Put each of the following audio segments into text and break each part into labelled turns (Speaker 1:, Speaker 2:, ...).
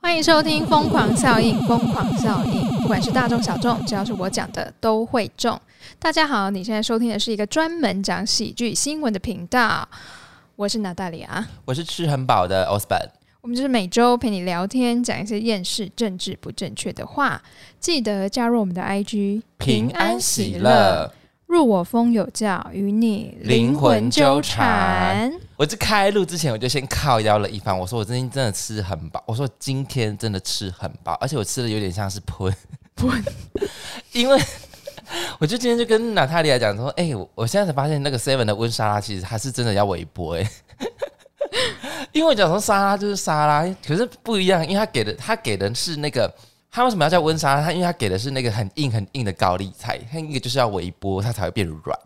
Speaker 1: 欢迎收听《疯狂效应》，疯狂效应，不管是大众小众，只要是我讲的都会中。大家好，你现在收听的是一个专门讲喜剧新闻的频道，我是娜大里啊。
Speaker 2: 我是吃很饱的 Osborn。
Speaker 1: 我们就是每周陪你聊天，讲一些厌世、政治不正确的话。记得加入我们的 IG，
Speaker 2: 平安喜乐，
Speaker 1: 入我风有教，与你
Speaker 2: 灵魂
Speaker 1: 灵
Speaker 2: 纠缠
Speaker 1: 魂纠缠。
Speaker 2: 我这开录之前我就先靠腰了一番，我说我最近真的吃很饱，我说今天真的吃很饱，而且我吃的有点像是喷喷， 因为我就今天就跟娜塔莉亚讲说，哎、我我现在才发现那个 Seven 的温莎拉其实它是真的要微波哎、 因为我讲说沙拉就是沙拉，可是不一样，因为他给的他给的是那个。他为什么要叫温莎拉？他因为他给的是那个很硬很硬的高丽菜，他那个就是要微波，它才会变软。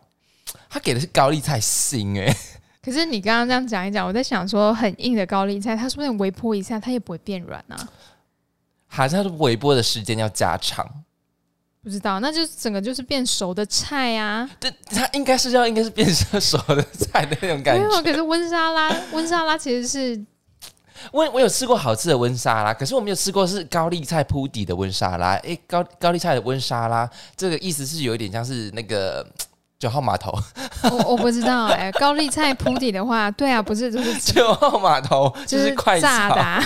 Speaker 2: 他给的是高丽菜心哎、
Speaker 1: 可是你刚刚这样讲一讲，我在想说，很硬的高丽菜，它说不定微波一下，它也不会变软啊。
Speaker 2: 好像是微波的时间要加长，
Speaker 1: 不知道，那就是整个就是变熟的菜啊。
Speaker 2: 对，它应该是要应该是变成熟的菜的那种
Speaker 1: 没
Speaker 2: 感
Speaker 1: 有，
Speaker 2: 觉。
Speaker 1: 可是温莎拉， 温莎拉其实是
Speaker 2: 我我有吃过好吃的温沙拉，可是我没有吃过是高丽菜铺底的温沙拉。诶，高高丽菜的温沙拉，这个意思是有一点像是那个嘖九号码头，
Speaker 1: 我我不知道哎、高丽菜铺底的话，对啊，不是 就是
Speaker 2: 九号码头就
Speaker 1: 就是
Speaker 2: 快
Speaker 1: 炸
Speaker 2: 炒，
Speaker 1: 的、啊，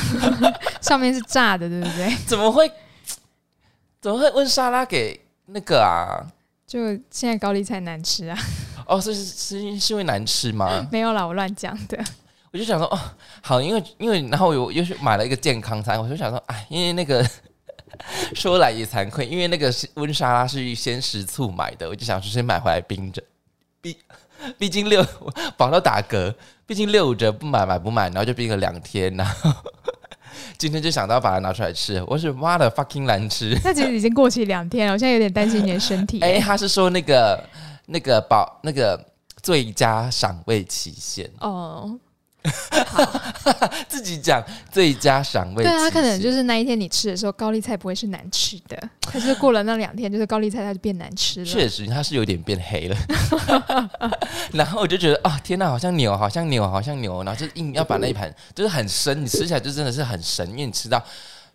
Speaker 1: 上面是炸的，对不对？
Speaker 2: 怎么会嘖怎么会温沙拉给那个啊？
Speaker 1: 就现在高丽菜难吃啊，
Speaker 2: 哦，是是是是因为难吃吗？
Speaker 1: 没有啦，我乱讲的。
Speaker 2: 我就想说，哦，好，因为因为然后我又又去买了一个健康餐，我就想说，哎，因为那个 说来也惭愧，因为那个是温莎拉是先食醋买的，我就想说先买回来冰着，毕毕竟六饱到打嗝，毕竟六折不买买不买，然后就冰了两天，然后今天就想到把它拿出来吃，我是妈的 fucking 难吃，
Speaker 1: 那其实已经过去两天了，我现在有点担心你的身体、
Speaker 2: 哎、他是说那个那个保那个最佳赏味期限，
Speaker 1: 哦，
Speaker 2: 自己讲最佳赏味期
Speaker 1: 对
Speaker 2: 限，
Speaker 1: 啊，可能就是那一天你吃的时候，高丽菜不会是难吃的，它就是过了那两天，就是高丽菜它就变难吃了。
Speaker 2: 确实，它是有点变黑了。 然后我就觉得啊，天哪，好像牛，好像牛，好像牛，然后就硬要把那一盘，就是很深，你吃起来就真的是很神，因为你吃到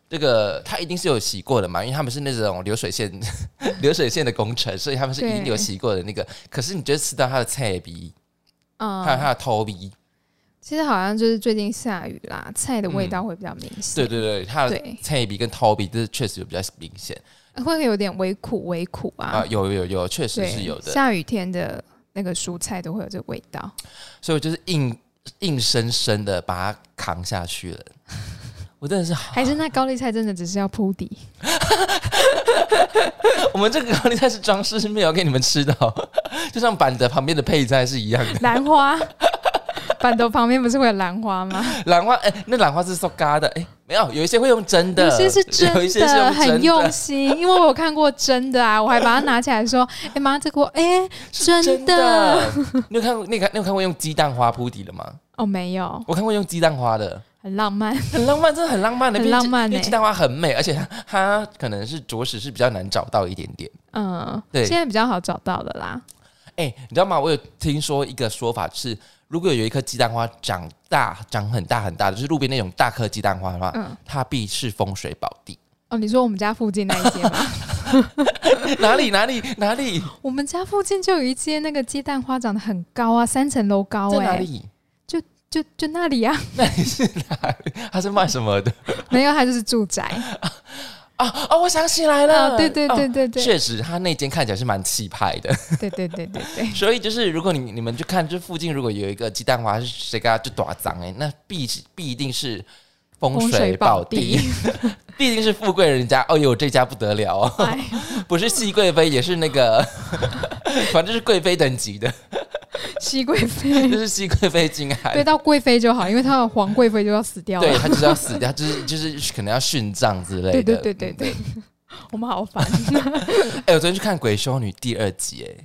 Speaker 2: 这个，它一定是有洗过的嘛，因为他们是那种流水线 流水线的工程，所以他们是一定有洗过的那个。可是你就吃到它的菜鼻，还有
Speaker 1: 嗯，
Speaker 2: 它的头鼻，
Speaker 1: 其实好像就是最近下雨啦，菜的味道会比较明显。
Speaker 2: 嗯对对对，它的
Speaker 1: 对
Speaker 2: 菜鼻跟头鼻，这确实有比较明显
Speaker 1: 会有点微苦微苦啊，
Speaker 2: 啊，有有有，确实
Speaker 1: 对，
Speaker 2: 是有的。啊
Speaker 1: 下雨天的那个蔬菜都会有这个味道，
Speaker 2: 所以我就是硬硬生生的把它扛下去了。我真的是好，
Speaker 1: 还是那高丽菜真的只是要铺底？
Speaker 2: 我们这个高丽菜是装饰，是没有给你们吃的、哦， 就像板的旁边的配菜是一样 的。
Speaker 1: 兰花，板头旁边不是会有兰花吗？
Speaker 2: 兰花，哎、那兰花是塑嘎的，哎、没有，有一些会用真的，
Speaker 1: 有些是真
Speaker 2: 有一些是用真
Speaker 1: 很用心，因为我有看过真的啊，我还把它拿起来说：“ 哎、妈，这个我哎、
Speaker 2: 是
Speaker 1: 真
Speaker 2: 真
Speaker 1: 的。
Speaker 2: 的。 你有看过那个？你有看过用鸡蛋花铺底的吗？
Speaker 1: 哦，没有，
Speaker 2: 我看过用鸡蛋花的，
Speaker 1: 很浪漫。
Speaker 2: 很浪漫，真的很浪漫的，
Speaker 1: 很
Speaker 2: 毕竟
Speaker 1: 浪漫
Speaker 2: 因为
Speaker 1: 哎
Speaker 2: 鸡蛋花很美，而且它它可能是着实是比较难找到一点点。
Speaker 1: 嗯，
Speaker 2: 对
Speaker 1: 现在比较好找到了啦。
Speaker 2: 哎、你知道吗？我有听说一个说法是，如果有一颗鸡蛋花长大、长很大很大，就是路边那种大颗鸡蛋花的话，
Speaker 1: 嗯，
Speaker 2: 它必是风水宝地。
Speaker 1: 哦，你说我们家附近那一间吗？
Speaker 2: 哪里哪里哪里
Speaker 1: 我们家附近就有一间那个鸡蛋花长得很高啊，三层楼高
Speaker 2: 在
Speaker 1: 哎、
Speaker 2: 哪里？
Speaker 1: 就就那里啊，
Speaker 2: 那里是哪里？它是卖什么的
Speaker 1: 没有，它就是住宅。
Speaker 2: 啊？哦，我想起来了，
Speaker 1: 啊，对对对
Speaker 2: 哦
Speaker 1: 对对
Speaker 2: 确实，它那间看起来是蛮气派的，
Speaker 1: 对对对对对，
Speaker 2: 所以就是如果你你们去看，这附近如果有一个鸡蛋花是谁给它就打脏哎，那必是必定是风
Speaker 1: 风水
Speaker 2: 水宝
Speaker 1: 宝
Speaker 2: 地
Speaker 1: 地，
Speaker 2: 必定是富贵人家。哦呦，这家不得了哦，
Speaker 1: 哎，
Speaker 2: 不是熹贵妃，也是那个， 反正是贵妃等级 的，
Speaker 1: 熹贵
Speaker 2: 就
Speaker 1: 妃，
Speaker 2: 是熹贵妃金
Speaker 1: 对
Speaker 2: 海。
Speaker 1: 到贵妃就好，因为她的皇贵妃就要死掉
Speaker 2: 对
Speaker 1: 了。
Speaker 2: 她就是要死掉，就是就是可能要殉葬之类的。
Speaker 1: 对对对对对， 我们好烦。
Speaker 2: 哎、我昨天去看《鬼修女》第二集，哎，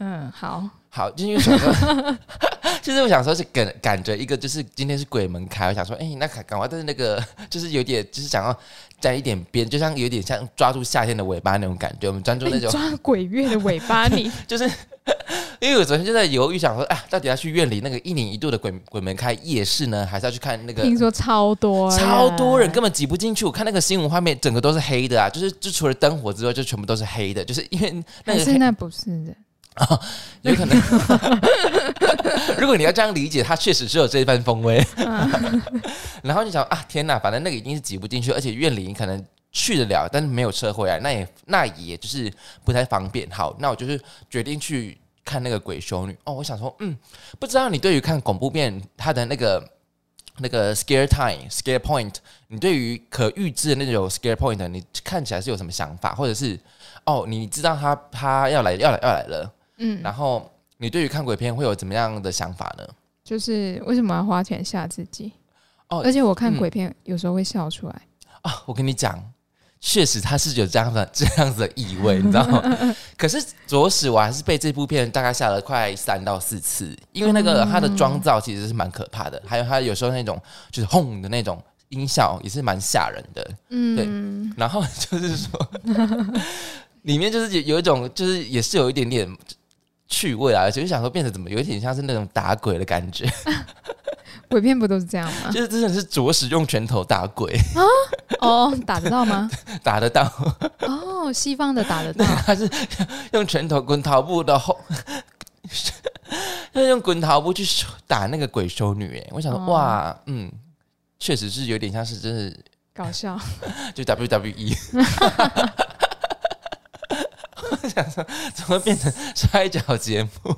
Speaker 1: 嗯，好，
Speaker 2: 好，就是因为想说， 就是我想说是赶赶着一个，就是今天是鬼门开，我想说，哎、那赶赶快，但是那个就是有点，就是想要沾一点边，就像有点像 抓住夏天的尾巴那种感觉。我们专注那
Speaker 1: 你
Speaker 2: 种，
Speaker 1: 抓鬼月的尾巴你，
Speaker 2: 就是因为我昨天就在犹豫，想说啊，到底要去院里那个一年一度的鬼鬼门开夜市呢，还是要去看那个？
Speaker 1: 听说超多，
Speaker 2: 超多人根本挤不进去，我看那个新闻画面，整个都是黑的啊！就是就除了灯火之外，就全部都是黑的，就是因为那
Speaker 1: 还
Speaker 2: 个
Speaker 1: 是
Speaker 2: 黑
Speaker 1: 那不是的，
Speaker 2: 有可能。 如果你要这样理解，它确实是有这一番风味。然后就想啊，天哪，反正那个一定是挤不进去，而且院里可能去得了，但是没有车回来，那也那也就是不太方便。好，那我就是决定去看那个鬼修女。哦，我想说，嗯，不知道你对于看恐怖片它的那个。那个 scare time scare point，你对于可预知的那种 scare point，你看起来是有什么想法，或者是哦，你知道他他要来要来要来了，
Speaker 1: 嗯，
Speaker 2: 然后你对于看鬼片会有怎么样的想法呢？
Speaker 1: 就是为什么要花钱吓自己？
Speaker 2: 哦
Speaker 1: 而且我看
Speaker 2: 嗯
Speaker 1: 鬼片有时候会笑出来，
Speaker 2: 啊，我跟你讲，确实它是有这样的 这样子的意味，你知道吗？可是着实我还是被这部片大概吓了快三到四次，因为那个它的妆造其实是蛮可怕的，还有它有时候那种就是轰的那种音效也是蛮吓人的。
Speaker 1: 嗯，
Speaker 2: 然后就是说，里面就是有有一种，就是也是有一点点趣味啊，就是想说变成怎么有一点像是那种打鬼的感觉，
Speaker 1: 鬼片不都是这样吗？
Speaker 2: 就是真的是着实用拳头打鬼，
Speaker 1: 哦，打得到吗？
Speaker 2: 打得到，
Speaker 1: 哦，西方的打得到，
Speaker 2: 他是用拳头滚桃布的后。 要用滚桃布去打那个鬼修女，哎，我想说，
Speaker 1: 哦
Speaker 2: 哇，嗯，确实是有点像是，真是
Speaker 1: 搞笑，
Speaker 2: 就 E WWE。我想说，怎么变成摔跤节目？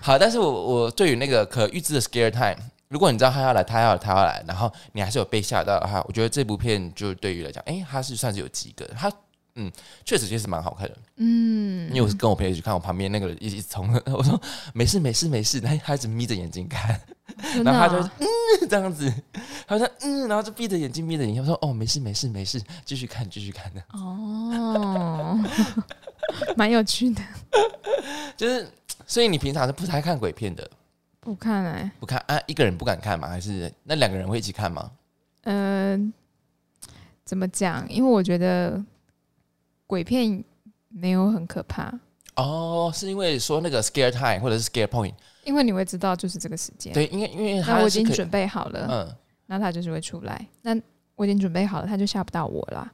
Speaker 2: 好，但是我我对于那个可预知的 scare time，如果你知道他要来，他要来，他要来，然后你还是有被吓到的话，我觉得这部片就对于来讲，哎、它是算是有及格的，它嗯，确实确实蛮好看的。
Speaker 1: 嗯
Speaker 2: 因为我是跟我朋友一起看，我旁边那个人一直从我说没事没事没事，他他一直眯着眼睛看，
Speaker 1: 真的
Speaker 2: 然后他就
Speaker 1: 啊
Speaker 2: 这样子，他说嗯，然后就闭着眼睛眯着眼睛，我说哦没事没事没事，继续看继续看的，
Speaker 1: 哦， 蛮有趣的，
Speaker 2: 就是所以你平常是不太看鬼片的，
Speaker 1: 不看哎，
Speaker 2: 不看啊一个人不敢看吗？还是那两个人会一起看吗？
Speaker 1: 嗯，怎么讲？因为我觉得鬼片没有很可怕，
Speaker 2: 哦，是因为说那个 scare time 或者是 scare point，
Speaker 1: 因为你会知道就是这个时间，
Speaker 2: 对，因为因为
Speaker 1: 那我
Speaker 2: 他
Speaker 1: 已
Speaker 2: 是
Speaker 1: 经
Speaker 2: 可以
Speaker 1: 准备好了，
Speaker 2: 嗯。
Speaker 1: 那他就是会出来，那我已经准备好了，他就吓不到我啦。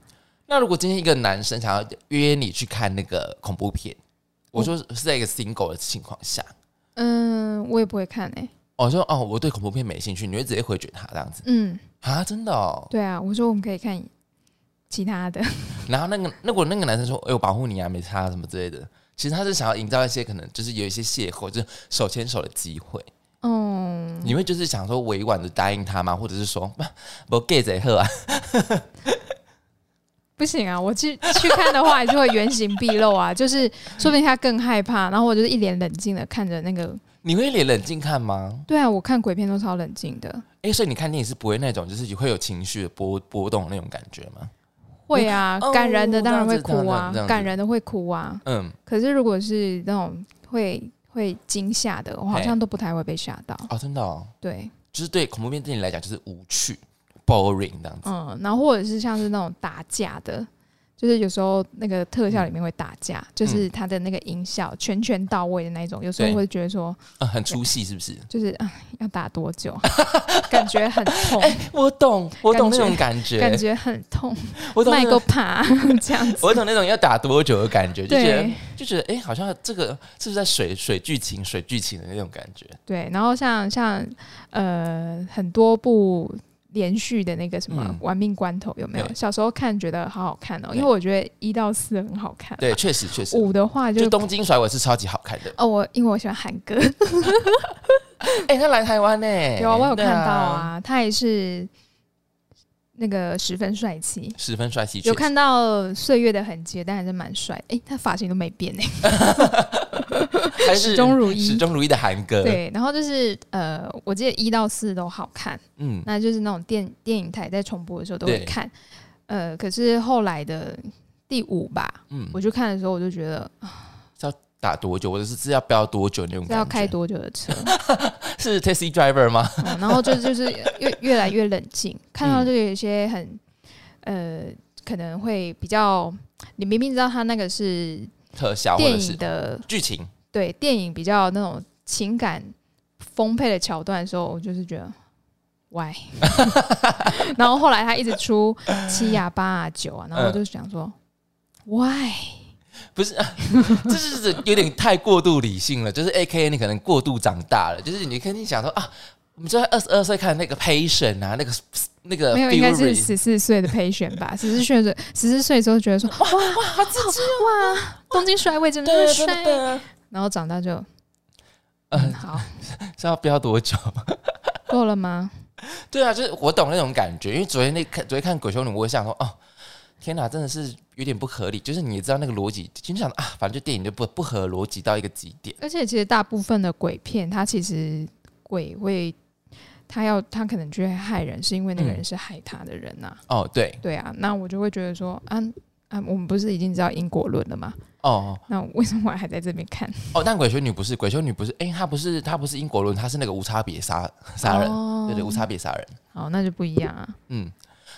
Speaker 2: 那如果今天一个男生想要约你去看那个恐怖片，我说是在一个 single 的情况下，
Speaker 1: 嗯，我也不会看诶、
Speaker 2: 我、说哦，我对恐怖片没兴趣，你会直接回绝他这样子
Speaker 1: 嗯，
Speaker 2: 啊？真的哦。
Speaker 1: 对啊，我说我们可以看其他的，
Speaker 2: 然后那个那我那个男生说，哎、我保护你啊，没差什么之类的。其实他是想要营造一些可能就是有一些邂逅，就是手牵手的机会。
Speaker 1: 嗯，
Speaker 2: 你会就是想说委婉的答应他吗？或者是说不 gay 贼喝啊？
Speaker 1: 不行啊，我去去看的话，还是会原形毕露啊，就是说不定他更害怕，然后我就是一脸冷静的看着那个。
Speaker 2: 你会脸冷静看吗？
Speaker 1: 对啊，我看鬼片都超冷静的。
Speaker 2: 哎、所以你看电影是不会那种就是会有情绪的波波动那种感觉吗？
Speaker 1: 会啊
Speaker 2: 哦，
Speaker 1: 感人的当然会哭啊
Speaker 2: 这样子这样子这样，子
Speaker 1: 感人的会哭啊。
Speaker 2: 嗯，
Speaker 1: 可是如果是那种会会惊吓的，我好像都不太会被吓到。
Speaker 2: 哦，真的哦，
Speaker 1: 对，
Speaker 2: 就是对恐怖片对你来讲就是无趣、boring 这样子。
Speaker 1: 嗯，然后或者是像是那种打架的，就是有时候那个特效里面会打架，
Speaker 2: 嗯
Speaker 1: 就是它的那个音效全全到位的那一种，有时候
Speaker 2: 对
Speaker 1: 会觉得说，
Speaker 2: 啊，很出戏是不是？
Speaker 1: 就是啊要打多久，感觉很痛，
Speaker 2: 我懂，我懂
Speaker 1: 感觉
Speaker 2: 那种感 觉，
Speaker 1: 感觉很痛，
Speaker 2: 我懂那
Speaker 1: 麦
Speaker 2: 种
Speaker 1: 够爬这样子。
Speaker 2: 我懂那种要打多久的感觉，就觉得
Speaker 1: 对
Speaker 2: 就觉得哎、诶好像这个是不是在水水剧情、水剧情的那种感 觉？
Speaker 1: 对，然后像像呃很多部连续的那个什么
Speaker 2: 嗯
Speaker 1: 《玩命关头》有没有？
Speaker 2: 对
Speaker 1: 小时候看觉得好好看哦，
Speaker 2: 对
Speaker 1: 因为我觉得一到四很好看嘛，
Speaker 2: 对，确实确实，
Speaker 1: 五的话就
Speaker 2: 就东京甩尾是超级好看的。
Speaker 1: 哦，我因为我喜欢韩歌，
Speaker 2: 哎、他来台湾呢、
Speaker 1: 有啊，我有
Speaker 2: 对
Speaker 1: 看到，啊，他也是那个十分帅气。
Speaker 2: 十分帅气，
Speaker 1: 有
Speaker 2: 确实
Speaker 1: 看到岁月的痕迹，但还是蛮帅。诶，他发型都没变欸 呢、
Speaker 2: 还是
Speaker 1: 始终如一
Speaker 2: 始。终如一的韩哥，，
Speaker 1: 对，然后就是呃，我记得一到四都好看，
Speaker 2: 嗯，
Speaker 1: 那就是那种电电影台在重播的时候都会
Speaker 2: 对
Speaker 1: 看。呃，可是后来的第五吧，
Speaker 2: 嗯
Speaker 1: 我去看的时候我就觉得啊
Speaker 2: 打多久，或者是是要飙多久那种
Speaker 1: 这
Speaker 2: 感觉？
Speaker 1: 要开多久的车，
Speaker 2: 是 taxi driver 吗？
Speaker 1: 嗯然后就就是越越来越冷静，看到就有一些很呃可能会比较，你明明知道他那个是
Speaker 2: 特效或
Speaker 1: 电
Speaker 2: 者是
Speaker 1: 影的
Speaker 2: 剧情，
Speaker 1: 对电影比较那种情感丰沛的桥段的时候，我就是觉得 why。然后后来他一直出七啊八啊九啊，然后我就想说、why
Speaker 2: 不是，这是有点太过度理性了。就是 A K A 你可能过度长大了，就是你肯定想说啊，我们就在二十二岁看那个 Patient 啊，那个那个
Speaker 1: 没有应该是
Speaker 2: Fury，
Speaker 1: 十四岁的陪选吧？十四岁的十四岁的时候觉得说哇哇好自己哇东京帅位真的
Speaker 2: 对啊
Speaker 1: 是
Speaker 2: 对
Speaker 1: 帅
Speaker 2: 对，对，
Speaker 1: 然后长大就嗯
Speaker 2: 呃，
Speaker 1: 好
Speaker 2: 是要飙多久？
Speaker 1: 够了吗？
Speaker 2: 对啊，就是我懂那种感觉，因为昨天那看昨天看《鬼修女》，我也想说，哦，天哪，真的是有点不合理。就是你也知道那个逻辑，经常啊，反正就电影就不不合逻辑到一个极点。
Speaker 1: 而且其实大部分的鬼片，它其实鬼会，他要他可能就会害人，是因为那个
Speaker 2: 嗯
Speaker 1: 人是害他的人呐、
Speaker 2: 哦，对，
Speaker 1: 对啊，那我就会觉得说，啊啊，我们不是已经知道因果论了吗？
Speaker 2: 哦
Speaker 1: 那为什么我还在这边看？
Speaker 2: 哦，但《鬼修女》不是，《鬼修女》不是，哎，她不是她不是英国人，她是那个无差别杀杀人，
Speaker 1: 哦
Speaker 2: 对对，无差别杀人。
Speaker 1: 好，那就不一样啊。
Speaker 2: 嗯，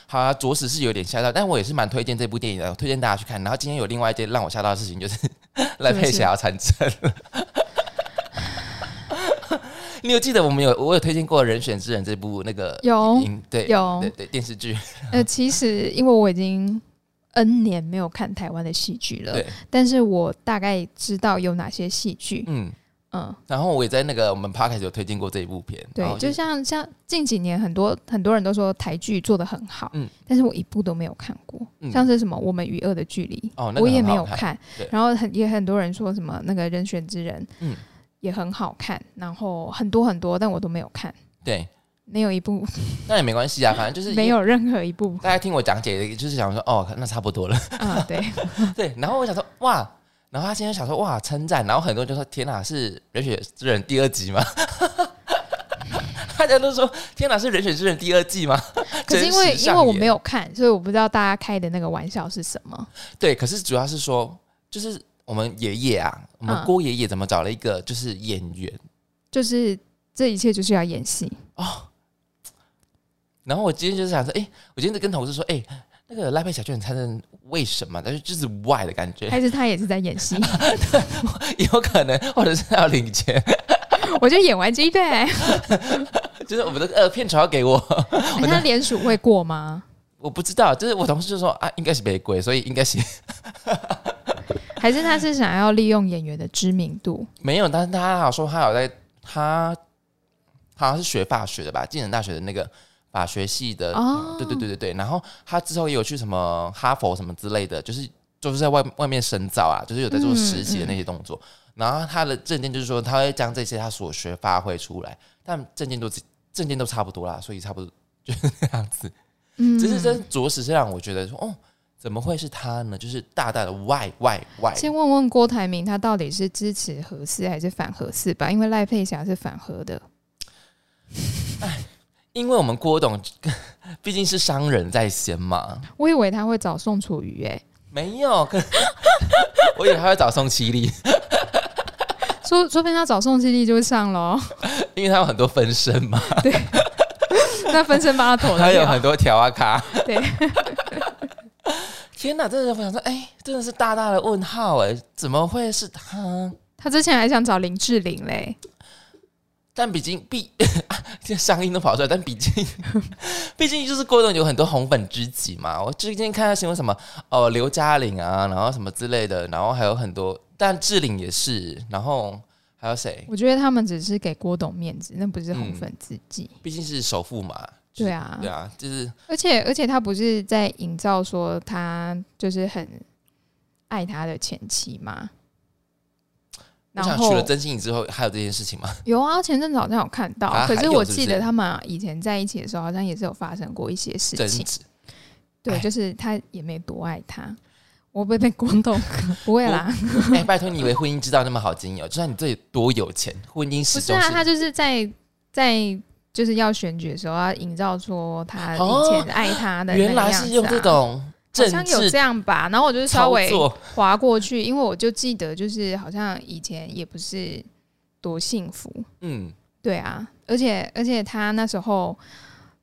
Speaker 2: 好啊，着实是有点吓到，但我也是蛮推荐这部电影的，我推荐大家去看。然后今天有另外一件让我吓到的事情，就是 赖佩霞要参政了。 你有记得我们有我有推荐过《人选之人》这部那个
Speaker 1: 有
Speaker 2: 影对
Speaker 1: 有
Speaker 2: 对，对电视剧
Speaker 1: 呃，其实因为我已经 N 年没有看台湾的戏剧了
Speaker 2: 对，
Speaker 1: 但是我大概知道有哪些戏剧，
Speaker 2: 嗯，
Speaker 1: 嗯。
Speaker 2: 然后我也在那个我们 podcast 有推荐过这一部片，然
Speaker 1: 对，
Speaker 2: 后
Speaker 1: 就像像近几年很多很多人都说台剧做的很好，
Speaker 2: 嗯
Speaker 1: 但是我一部都没有看过，
Speaker 2: 嗯
Speaker 1: 像是什么《我们与恶的距离》
Speaker 2: 哦那个
Speaker 1: 我也
Speaker 2: 很
Speaker 1: 没
Speaker 2: 好
Speaker 1: 有
Speaker 2: 看
Speaker 1: 看
Speaker 2: 对，
Speaker 1: 然后很也很多人说什么那个人选之人，
Speaker 2: 嗯
Speaker 1: 也很好看，然后很多很多，但我都没有看，
Speaker 2: 对，
Speaker 1: 没有一部，
Speaker 2: 那也没关系啊，反正就是
Speaker 1: 没。有任何一部
Speaker 2: 大家听我讲解，就是想说哦，那差不多了。
Speaker 1: 啊， 对，
Speaker 2: 对，然后我想说哇，然后他今天想说哇称赞，然后很多人就说天哪是《人选之人》第二集吗？大家都说天哪是《人选之人》第二季吗？
Speaker 1: 可是因为
Speaker 2: 真实
Speaker 1: 因
Speaker 2: 上
Speaker 1: 为我
Speaker 2: 演
Speaker 1: 没有看，所以我不知道大家开的那个玩笑是什么，
Speaker 2: 对，可是主要是说就是我们爷爷啊，我们
Speaker 1: 嗯
Speaker 2: 郭爷爷怎么找了一个就是演员、
Speaker 1: 就是这一切就是要演戏，
Speaker 2: 哦。然后我今天就是想说，哎、我今天就跟同事说，哎、那个赖佩小娟参政为什么？但是就是 why 的感觉，
Speaker 1: 还是他也是在演戏？
Speaker 2: 有可能或者是要领钱，
Speaker 1: 我就演完这一哎段，
Speaker 2: 就是我们的呃片酬要给我。
Speaker 1: 哎那联署会过吗？
Speaker 2: 我不知道，就是我同事就说啊，应该是玫瑰，所以应该是
Speaker 1: 还是他是想要利用演员的知名度？
Speaker 2: 没有。但是他好像说他有在，他他好像是学法学的吧，暨南大学的那个法学系的。
Speaker 1: 哦
Speaker 2: 对对对对对。然后他之后也有去什么哈佛什么之类的，就是就是在外外面深造啊，就是有在做
Speaker 1: 嗯
Speaker 2: 实习的那些动作。然后他的证件就是说，他会将这些他所学发挥出来，但证件都证件都差不多啦，所以差不多就是那样子。
Speaker 1: 嗯
Speaker 2: 只是真着实是让我觉得说，哦，怎么会是他呢？就是大大的 why why why。
Speaker 1: 先问问郭台铭，他到底是支持合适还是反合适吧？因为赖佩霞是反合的，
Speaker 2: 因为我们郭董 毕竟是商人在先嘛，
Speaker 1: 我以为他会找宋楚瑜、欸，
Speaker 2: 没有，可 我以为他会找宋七力，
Speaker 1: 说说不定他找宋庆丽就会上 喽。
Speaker 2: 因为他有很多分身嘛，
Speaker 1: 那分身帮他妥
Speaker 2: 他
Speaker 1: 了
Speaker 2: 有
Speaker 1: 掉，
Speaker 2: 很多条啊卡。
Speaker 1: 对，
Speaker 2: 天哪，真的我想说，哎、真的是大大的问号哎、怎么会是他？
Speaker 1: 他之前还想找林志玲嘞，
Speaker 2: 但毕竟 毕，这上音都跑出来，但毕竟 毕竟就是郭董有很多红粉知己嘛。我最近看到新闻什么哦，刘嘉玲啊，然后什么之类的，然后还有很多，但志玲也是，然后还有谁？
Speaker 1: 我觉得他们只是给郭董面子，那不是红粉知己。
Speaker 2: 毕竟是首富嘛。嗯就是
Speaker 1: 对啊，
Speaker 2: 对啊，就是
Speaker 1: 而且而且他不是在营造说他就是很爱他的前妻吗？
Speaker 2: 我
Speaker 1: 然
Speaker 2: 想
Speaker 1: 后
Speaker 2: 娶了真心颖之后，还有这件事情嘛？
Speaker 1: 有啊，前阵子好像有看到，
Speaker 2: 啊
Speaker 1: 可
Speaker 2: 还
Speaker 1: 是
Speaker 2: 有
Speaker 1: 我
Speaker 2: 是不
Speaker 1: 记得
Speaker 2: 是
Speaker 1: 他们以前在一起的时候，好像也是有发生过一些事
Speaker 2: 争
Speaker 1: 情。
Speaker 2: 执
Speaker 1: 对，
Speaker 2: 哎
Speaker 1: 就是他也没多爱他，我被被广东 不会啦，
Speaker 2: 哎、拜托你以为婚姻之道那么好经营哦？就算你这里多有钱，婚姻
Speaker 1: 不
Speaker 2: 始
Speaker 1: 是
Speaker 2: 终
Speaker 1: 啊，
Speaker 2: 是
Speaker 1: 他就是在在就是要选举的时候，要营造说他以
Speaker 2: 哦
Speaker 1: 前爱他的、那
Speaker 2: 原
Speaker 1: 个
Speaker 2: 来
Speaker 1: 样
Speaker 2: 是
Speaker 1: 子
Speaker 2: 用
Speaker 1: 啊
Speaker 2: 这种
Speaker 1: 好
Speaker 2: 政
Speaker 1: 像有
Speaker 2: 治
Speaker 1: 这样吧，然后我就稍
Speaker 2: 操
Speaker 1: 微
Speaker 2: 作，
Speaker 1: 划过去，因为我就记得就是好像以前也不是多幸福，
Speaker 2: 嗯，
Speaker 1: 对啊，而且而且他那时候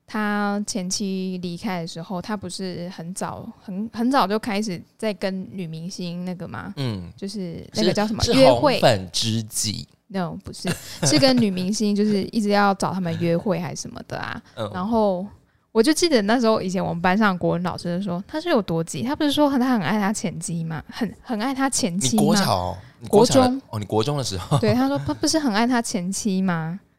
Speaker 1: 他前妻离开的时候，他不是很早很很早就开始在跟女明星那个吗？
Speaker 2: 嗯，
Speaker 1: 就是那个叫什么
Speaker 2: 是
Speaker 1: 约
Speaker 2: 红
Speaker 1: 会
Speaker 2: 粉知己，
Speaker 1: ？No，不是，是跟女明星就是一直要找他们约会还是什么的啊？
Speaker 2: 嗯，
Speaker 1: 然后我就记得那时候以前我们班上的国文老师就说他是有多急，他不是说很他很爱他前妻吗？很很爱他前
Speaker 2: 你
Speaker 1: 妻
Speaker 2: 国
Speaker 1: 吗？
Speaker 2: 小、你
Speaker 1: 啊国
Speaker 2: 小的
Speaker 1: 中
Speaker 2: 哦，你国中的时候，
Speaker 1: 对，他说他不是很爱他前妻吗？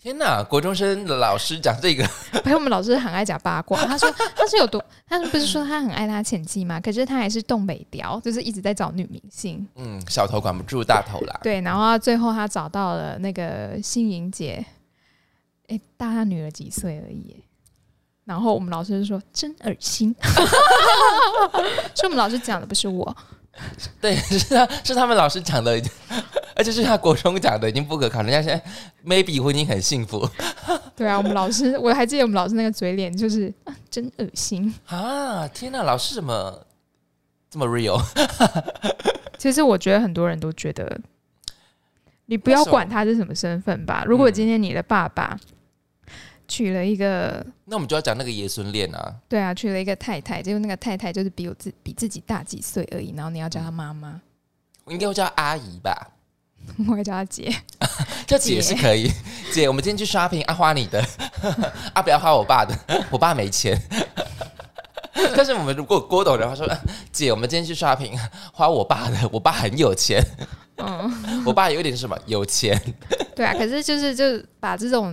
Speaker 2: 天哪，国中生的老师讲这个，
Speaker 1: 陪我们老师很爱讲八卦，他说他是有多，他不是说他很爱他前妻嘛？可是他还是东北调，就是一直在找女明星。
Speaker 2: 嗯，小头管不住大头啦，
Speaker 1: 对，然后他最后他找到了那个新莹姐，诶，大他女儿几岁而已耶。然后我们老师就说真恶心， 所以我们老师讲的不是我，
Speaker 2: 对，是他是他们老师讲的已经，而且是他国中讲的已经不可考，人家现在 maybe 婚姻很幸福
Speaker 1: 对啊，我们老师我还记得我们老师那个嘴脸就是、啊、真恶心。
Speaker 2: 啊！天哪，老师怎么这么 real？
Speaker 1: 其实我觉得很多人都觉得，你不要管他是什么身份吧。如果今天你的爸爸娶了一个，
Speaker 2: 那我们就要讲那个爷孙恋啊，
Speaker 1: 对啊，娶了一个太太，结果那个太太就是比我自比自己大几岁而已，然后你要叫她妈妈，
Speaker 2: 我应该会叫阿姨吧，
Speaker 1: 我会叫她姐。
Speaker 2: 叫姐是可以。 姐，我们今天去刷屏，啊，花你的， 啊，不要花我爸的，我爸没钱。 但是我们如果郭董的话说，姐，我们今天去刷屏，花我爸的，我爸很有钱，
Speaker 1: 嗯，
Speaker 2: 我爸有点什么有钱，
Speaker 1: 对啊。可是就是就把这种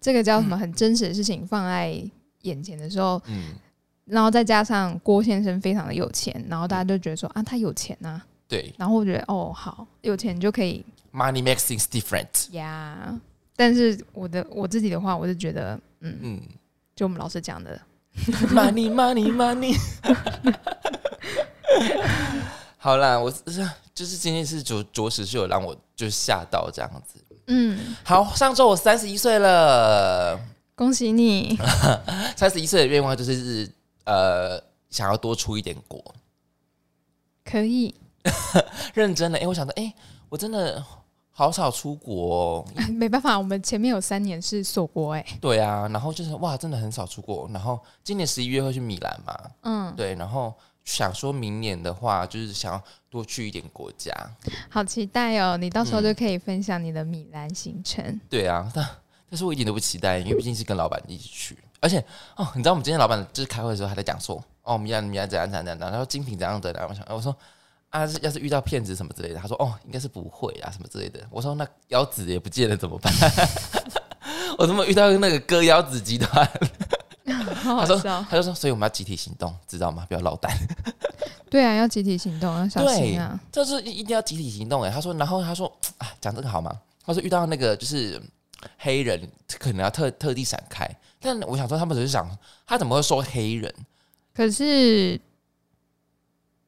Speaker 1: 这个叫什么很真实的事情放在眼前的时候，
Speaker 2: 嗯，
Speaker 1: 然后再加上郭先生非常的有钱，然后大家就觉得说啊，他有钱呐、啊。
Speaker 2: 对
Speaker 1: 然后我觉得哦，好，有钱就可以
Speaker 2: ，money makes things different，
Speaker 1: 呀。但是我的我自己的话，我就觉得，嗯，
Speaker 2: 嗯。
Speaker 1: 就我们老师讲的，
Speaker 2: money money money 好啦，我是就是今天是着着实是有让我就是吓到这样子。
Speaker 1: 嗯，
Speaker 2: 好，上周我三十一岁了，
Speaker 1: 恭喜 你，
Speaker 2: 三十一岁的愿望就是呃想要多出一点国，
Speaker 1: 可以，
Speaker 2: 认真的。哎、我想到，哎、我真的好少出国、哦，
Speaker 1: 没办法，我们前面有三年是锁国、哎，
Speaker 2: 对啊，然后就是哇，真的很少出国。然后今年十一月会去米兰嘛，
Speaker 1: 嗯，
Speaker 2: 对，然后想说明年的话，就是想要多去一点国家。
Speaker 1: 好期待哦，你到时候
Speaker 2: 嗯
Speaker 1: 就可以分享你的米兰行 程，
Speaker 2: 对啊，但但是我一点都不期待，因为毕竟是跟老板一起去，而且哦，你知道我们今天老板就是开会的时候还在讲说，哦，我们要你们要怎样怎样怎样，然后精品怎样的，然后我想，我说啊，是要是遇到骗子什么之类的，他说哦，应该是不会啊，什么之类的，我说那腰子也不见了怎么办？ 我怎么遇到那个割腰子集团？
Speaker 1: 好
Speaker 2: 他
Speaker 1: 好
Speaker 2: 说
Speaker 1: 笑哦，
Speaker 2: 他就说，所以我们要集体行动，知道吗？不要落单。
Speaker 1: 对啊，要集体行动，要小心啊，
Speaker 2: 这是一定要集体行动哎。他说，然后他说，啊，讲这个好吗？他说遇到那个就是黑人，可能要特特地闪开。但我想说，他们只是想，他怎么会说黑人？
Speaker 1: 可是，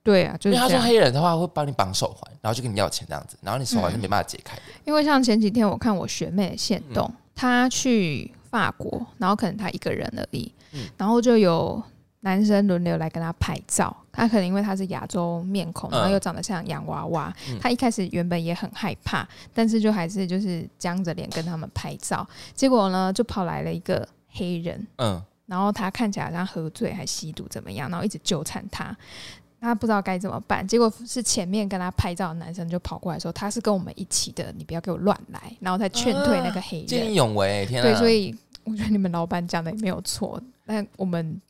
Speaker 1: 对啊，就
Speaker 2: 因
Speaker 1: 是
Speaker 2: 为他
Speaker 1: 这
Speaker 2: 说
Speaker 1: 样，
Speaker 2: 黑人的话会帮你绑手环，然后就跟你要钱这样子，然后你手
Speaker 1: 嗯
Speaker 2: 环是没办法解开的。
Speaker 1: 因为像前几天我看我学妹的线动，
Speaker 2: 嗯
Speaker 1: 她去法国，然后可能她一个人而已，
Speaker 2: 嗯
Speaker 1: 然后就有男生轮流来跟她拍照。她可能因为她是亚洲面孔，
Speaker 2: 嗯
Speaker 1: 然后又长得像洋娃娃，
Speaker 2: 嗯
Speaker 1: 她一开始原本也很害怕，但是就还是就是僵着脸跟他们拍照。结果呢，就跑来了一个黑人，
Speaker 2: 嗯，
Speaker 1: 然后他看起来好像喝醉还吸毒怎么样，然后一直纠缠他，他不知道该怎么办。结果是前面跟他拍照的男生就跑过来说他是跟我们一起的，你不要给我乱来，然后再劝退那个黑
Speaker 2: 见
Speaker 1: 人。
Speaker 2: 义勇为，天
Speaker 1: 对，
Speaker 2: 啊！
Speaker 1: 所以我觉得你们老板讲的也没有错，但我们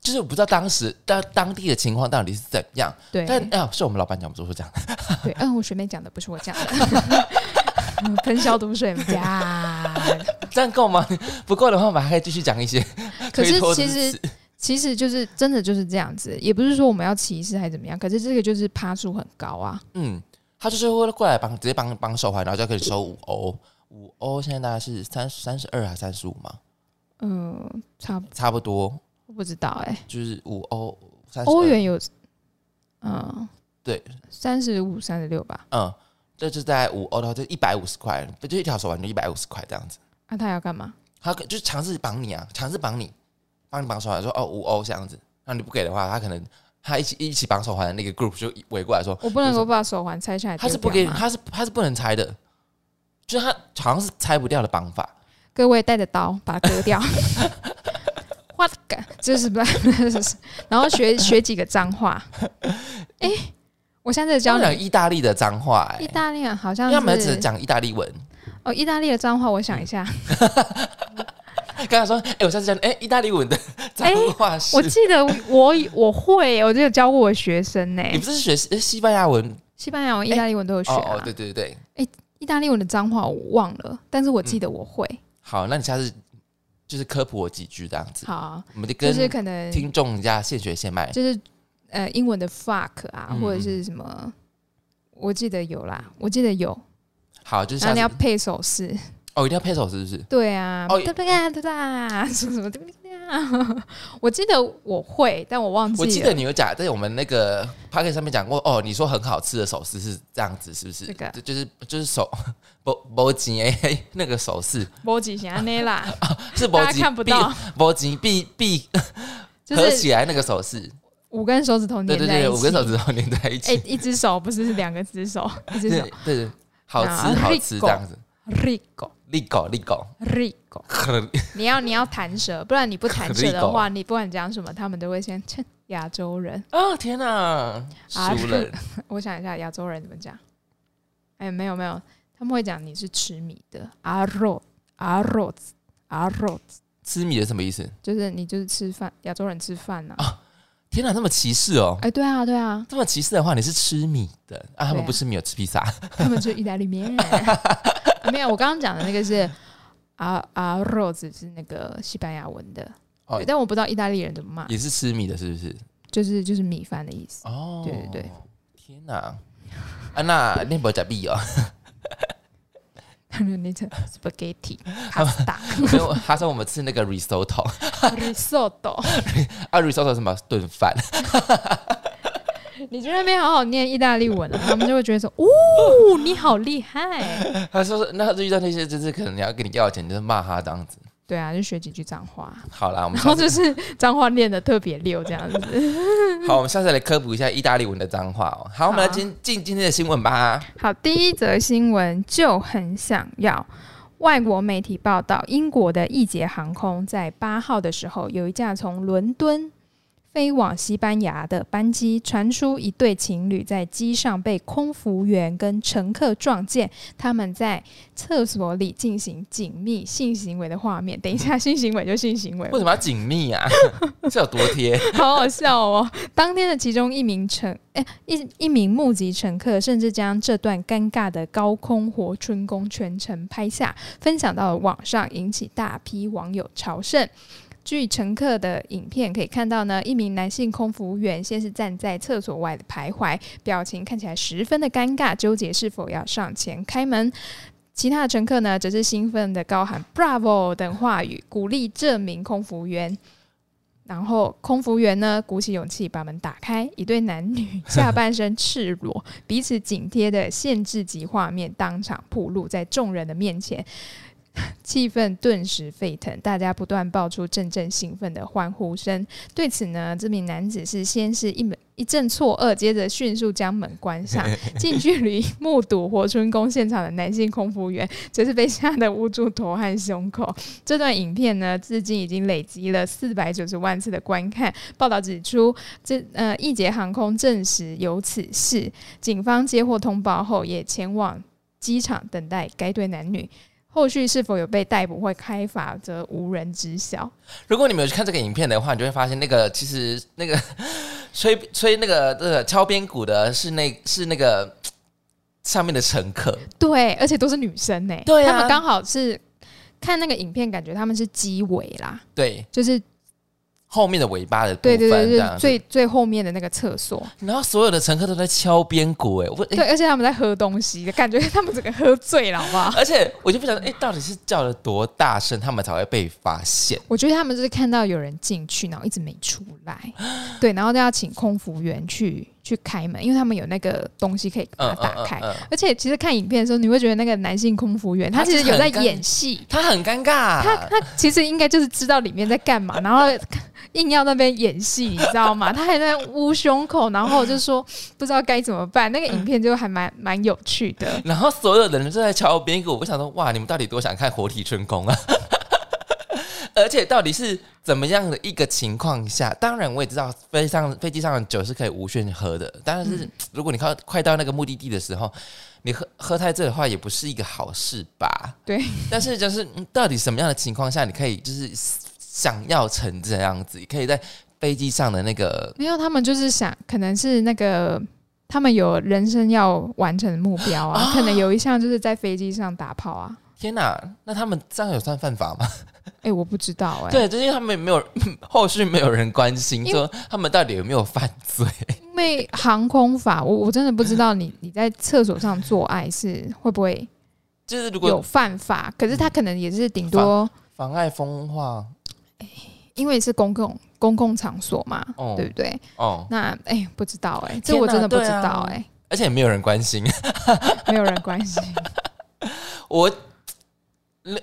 Speaker 2: 就是我不知道当时当当地的情况到底是怎样，
Speaker 1: 对
Speaker 2: 但啊，是我们老板讲，不是我讲。
Speaker 1: 对，嗯，我学妹讲的不是我讲的。 喷消毒水呀！
Speaker 2: 这样够吗？ 不够的话，我们还可以继续讲一些。
Speaker 1: 可
Speaker 2: 推
Speaker 1: 是
Speaker 2: 脱
Speaker 1: 其
Speaker 2: 之
Speaker 1: 实
Speaker 2: 词
Speaker 1: 其实就是真的就是这样子，也不是说我们要歧视还怎么样，可是这个就是趴数很高啊。
Speaker 2: 嗯，他就是会过来帮直接帮帮手环，然后就可以收五欧。五欧现在大概是三三十二还三十五嘛，
Speaker 1: 嗯，差不
Speaker 2: 差不多
Speaker 1: 我不知道哎、
Speaker 2: 就是五欧三
Speaker 1: 欧元有，嗯，
Speaker 2: 对，
Speaker 1: 三十五、三十六吧。
Speaker 2: 嗯，这就在五欧的话就一百五十块，不就一条手环就一百五十块这样子。
Speaker 1: 那、啊他要干嘛？
Speaker 2: 他可就是强制绑你啊，强制绑你，帮你绑手环说哦五欧这样子，那你不给的话，他可能他一起一起绑手环的那个 group 就围过来说，
Speaker 1: 我不能够把手环拆下来
Speaker 2: 他
Speaker 1: 丢
Speaker 2: 是
Speaker 1: 掉吗，
Speaker 2: 不给你，他是他是不能拆的，就是他好像是拆不掉的绑法。
Speaker 1: 各位带着刀把它割掉。 what 个就是 不，然后 学学几个脏话。哎、我现在在教
Speaker 2: 讲
Speaker 1: 你
Speaker 2: 意大利的脏话、欸，
Speaker 1: 意大利人好像
Speaker 2: 因为他们只
Speaker 1: 是
Speaker 2: 讲嗯意大利文。
Speaker 1: 哦，意大利的脏话，我想一下，
Speaker 2: 刚才说，哎、我下次讲，哎、意大利文的 脏话 是，
Speaker 1: 哎我记得我我会，我就有教过我学生呢、
Speaker 2: 你不是学西西班牙文？
Speaker 1: 西班牙文、意大利文都有学、啊
Speaker 2: 哦哦，对对对，
Speaker 1: 意大利文的脏话我忘了，但是我记
Speaker 2: 嗯
Speaker 1: 得我会。
Speaker 2: 好，那你下次就是科普我几句这样子，
Speaker 1: 好啊，
Speaker 2: 我们就
Speaker 1: 就
Speaker 2: 跟
Speaker 1: 是可能
Speaker 2: 听众家现学现卖。
Speaker 1: 就是呃英文的 fuck 啊，
Speaker 2: 嗯
Speaker 1: 或者是什么，我记得有啦，我记得有。
Speaker 2: 好，就是
Speaker 1: 然后
Speaker 2: 下
Speaker 1: 你要
Speaker 2: 次
Speaker 1: 配手势，
Speaker 2: 哦，一定要配手是不是？
Speaker 1: 对啊，
Speaker 2: 哦
Speaker 1: 对对啊，对啊，什么什么对对啊， 我记得我会，但我忘记了。
Speaker 2: 我记得你有讲在我们那个 p o c k e t 上面讲过哦，你说很好吃的手势是这样子，是不是？
Speaker 1: 这个
Speaker 2: 就就是就是手 波波吉哎， 那个手势
Speaker 1: 波吉祥内 啦，
Speaker 2: 是波
Speaker 1: 大家
Speaker 2: 吉
Speaker 1: 看不到，
Speaker 2: 波吉必必
Speaker 1: 就
Speaker 2: 合
Speaker 1: 是
Speaker 2: 起来那个手势，
Speaker 1: 五根手指头
Speaker 2: 对
Speaker 1: 粘在
Speaker 2: 对
Speaker 1: 一起。
Speaker 2: 对，五根手指头连在一
Speaker 1: 哎、
Speaker 2: 起，
Speaker 1: 一只手不是两个只手，一只
Speaker 2: 对
Speaker 1: 手。
Speaker 2: 对对，好
Speaker 1: 那
Speaker 2: 吃
Speaker 1: 啊
Speaker 2: 好吃
Speaker 1: Rico
Speaker 2: 这样子，
Speaker 1: Rico
Speaker 2: 利狗利 狗，
Speaker 1: Rico，你要你要弹舌，不然你不弹舌的话，你不管讲什么，他们都会先切亚洲人。
Speaker 2: 啊天哪，
Speaker 1: 啊
Speaker 2: 输了，
Speaker 1: 我想一下，亚洲人怎么讲？哎、没有没有，他们会讲你是吃米的，阿肉阿肉阿肉，
Speaker 2: 吃米是什么意思？
Speaker 1: 就是你就是吃饭，亚洲人吃饭呐、啊。
Speaker 2: 哦天哪，那么歧视哦
Speaker 1: 哎、！对啊对啊，
Speaker 2: 这么歧视的话，你是吃米的啊？他
Speaker 1: 对
Speaker 2: 们
Speaker 1: 啊
Speaker 2: 不吃米，有吃 披萨。
Speaker 1: 他们吃意大利面。啊没有，我刚刚讲的那个是阿阿肉，只是那个西班牙文的，
Speaker 2: 哦
Speaker 1: 对但我不知道意大利人怎么骂，
Speaker 2: 也是吃米的，是不是？
Speaker 1: 就是就是米饭的意思。
Speaker 2: 哦，
Speaker 1: 对对对，
Speaker 2: 天哪！啊，那那不假 币哦，
Speaker 1: 那这 spaghetti、pasta、
Speaker 2: 没有，他说我们吃那个 risotto，
Speaker 1: risotto，
Speaker 2: 啊，risotto 是什么炖饭？
Speaker 1: 你去那边好好念意大利文啊，他们就会觉 得说，哦，你好厉害。
Speaker 2: 他说那就遇到那些就是可能你要跟你要钱，你就是骂他这样子。
Speaker 1: 对啊，就学几句脏 话，
Speaker 2: 好啦，我们
Speaker 1: 然
Speaker 2: 下
Speaker 1: 后就
Speaker 2: 次
Speaker 1: 是脏话练的特别溜，这样子。嗯
Speaker 2: 好，我们下次来科普一下意大利文的脏话哦。好，我们来进进今天的新 闻吧。
Speaker 1: 好，第一则新闻就很想要。外国媒体报道，英国的易捷航空在八号的时候，有一架从伦敦飞往西班牙的班机，传出一对情侣在机上被空服员跟乘客撞见，他们在厕所里进行紧密性行为的画面。等一下，性行为就性行为，
Speaker 2: 为什么要紧密啊？ 是有多贴？
Speaker 1: 好好笑哦！当天的其中一名乘，哎、一一名目击乘客，甚至将这段尴尬的高空活春宫全程拍下，分享到了网上，引起大批网友朝圣。据乘客的影片可以看到呢，一名男性空服员先是站在厕所外的徘徊，表情看起来十分的尴尬，纠结是否要上前开门。其他的乘客呢，则是兴奋的高喊 “Bravo” 等话语，鼓励这名空服员。然后空服员呢，鼓起勇气把门打开，一对男女下半身赤裸，彼此紧贴的限制级画面当场暴露在众人的面前， 气氛顿时沸腾，大家不断爆出阵阵兴奋的欢呼声。对此呢，这名男子是先是一门一阵错愕，接着迅速将门关上，近距离目睹活春宫现场的男性空服员，则是被吓得捂住头和胸口。这段影片呢，至今已经累积了四百九十万次的观看。报道指出，这呃，易捷航空证实有此事，警方接获通报后，也前往机场等待该对男女。后续是否有被逮捕或开罚，则无人知晓。
Speaker 2: 如果你们有去看这个影片的话，你就会发现那个其实那个 吹吹那个这个敲边鼓的是那是那个上面的乘客，
Speaker 1: 对，而且都是女生呢、
Speaker 2: 对啊
Speaker 1: 他们刚好是看那个影片，感觉他们是机尾啦，
Speaker 2: 对，
Speaker 1: 就是
Speaker 2: 后面的尾巴的部
Speaker 1: 对
Speaker 2: 分
Speaker 1: 对对
Speaker 2: 这
Speaker 1: 对，
Speaker 2: 样子。
Speaker 1: 最最后面的那个厕所。
Speaker 2: 然后所有的乘客都在敲边鼓，哎，我哎
Speaker 1: 对，而且他们在喝东西，感觉他们整个喝醉了，好不好？
Speaker 2: 而且我就不晓得，哎、到底是叫了多大声，他们才会被发现？
Speaker 1: 我觉得他们就是看到有人进去，然后一直没出 来，对，然后都要请空服员去去开门，因为他们有那个东西可以把它打开。
Speaker 2: 嗯
Speaker 1: 而且其实看影片的时候，你会觉得那个男性空服员他
Speaker 2: 他
Speaker 1: 其实有在
Speaker 2: 很尴
Speaker 1: 演 戏，
Speaker 2: 他很尴尬，
Speaker 1: 他他其实应该就是知道里面在干 嘛，然后硬要那边演戏，你知道吗？他还在那边捂胸口，然后就说不知道该怎么办。那
Speaker 2: 嗯
Speaker 1: 个影片就还蛮蛮有趣的，
Speaker 2: 然后所有的人都在敲边鼓，我想说，哇，你们到底多想看活体春宫啊？ 而且到底是怎么样的一个情况下？当然我也知道飞上飞机上的酒是可以无限喝的，但是、如果你靠快到那个目的地的时候，你喝喝太醉的话，也不是一个好事吧？
Speaker 1: 对。
Speaker 2: 但是就是、嗯到底什么样的情况下，你可以就是想要成这样子，可以在飞机上的那个
Speaker 1: 没有，他们就是想，可能是那个他们有人生要完成的目标啊，可能有一项就是在飞机上打炮 啊。
Speaker 2: 天哪、那他们这样有算犯法吗？
Speaker 1: 哎、我不知道哎、
Speaker 2: 对，就是因为他们没有 后续没有人关心
Speaker 1: 因为
Speaker 2: 说他们到底有没有犯罪。
Speaker 1: 因为航空法，我我真的不知道你你在厕所上做爱是会不会
Speaker 2: 就是如
Speaker 1: 有
Speaker 2: 果嗯
Speaker 1: 犯法，可是他可能也是顶多
Speaker 2: 妨碍风化，
Speaker 1: 因为是公共公共场所嘛，
Speaker 2: 哦
Speaker 1: 对不对？
Speaker 2: 哦，
Speaker 1: 那哎、不知道哎、这
Speaker 2: 天
Speaker 1: 我
Speaker 2: 哪
Speaker 1: 真的不
Speaker 2: 对
Speaker 1: 知
Speaker 2: 啊
Speaker 1: 道哎、
Speaker 2: 而且也没有人关心 啊
Speaker 1: 没有人关心。
Speaker 2: 我。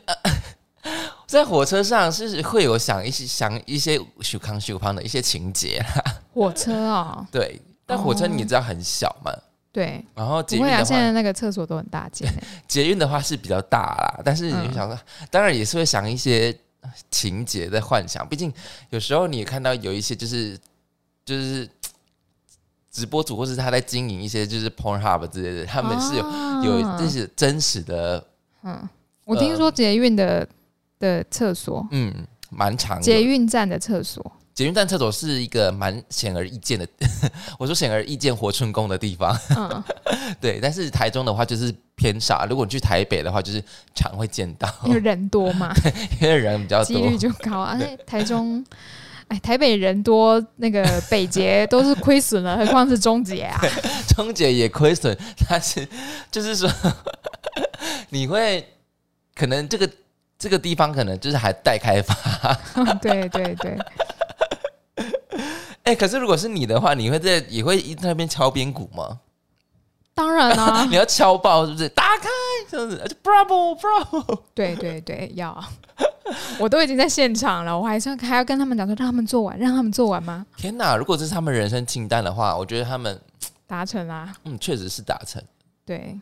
Speaker 2: 呃 在火车上是会有想一些想一些修康修康的一些情节，
Speaker 1: 火车哦，
Speaker 2: 对。但火车你也知道很小嘛，
Speaker 1: 对，
Speaker 2: 然后捷
Speaker 1: 不
Speaker 2: 运
Speaker 1: 会啊，
Speaker 2: 的
Speaker 1: 现在
Speaker 2: 话，
Speaker 1: 那个厕所都很大间、哎
Speaker 2: 捷运的话是比较大啦，但是你
Speaker 1: 嗯
Speaker 2: 就想说，当然也是会想一些呃情节在幻想，毕竟有时候你也看到有一些就是就是直播主或是他在经营一些就是 Pornhub 之类的，他们是有、有这
Speaker 1: 啊
Speaker 2: 是真实的，
Speaker 1: 嗯，我听说捷运的的厕所，
Speaker 2: 嗯，蛮长的。
Speaker 1: 捷运站的厕所，
Speaker 2: 捷运站厕所是一个蛮显而易见的， 我说显而易见活春宫的地方，
Speaker 1: 嗯，
Speaker 2: 对。但是台中的话就是偏少，如果你去台北的话，就是常会见到，
Speaker 1: 因为人多嘛，
Speaker 2: 因为人比较
Speaker 1: 几
Speaker 2: 多。
Speaker 1: 率就高啊。而且台中，哎，台北人多，那个北捷都是亏损了，何况是中捷啊？
Speaker 2: 中姐也亏损，但是就是说 你会可能这个这个地方可能就是还待开发，
Speaker 1: 对对对，
Speaker 2: 哎、可是如果是你的话，你会在也会在那边敲边鼓吗？
Speaker 1: 当然 啊，
Speaker 2: 你要敲爆是不是？打开这样子，而且 Bravo Bravo，
Speaker 1: 对对对，要。我都已经在现场了，我还是还要跟他们讲说，让他们做完，让他们做完吗？
Speaker 2: 天哪！如果这是他们人生清单的话，我觉得他们
Speaker 1: 达成啦、
Speaker 2: 嗯确实是达成。
Speaker 1: 对，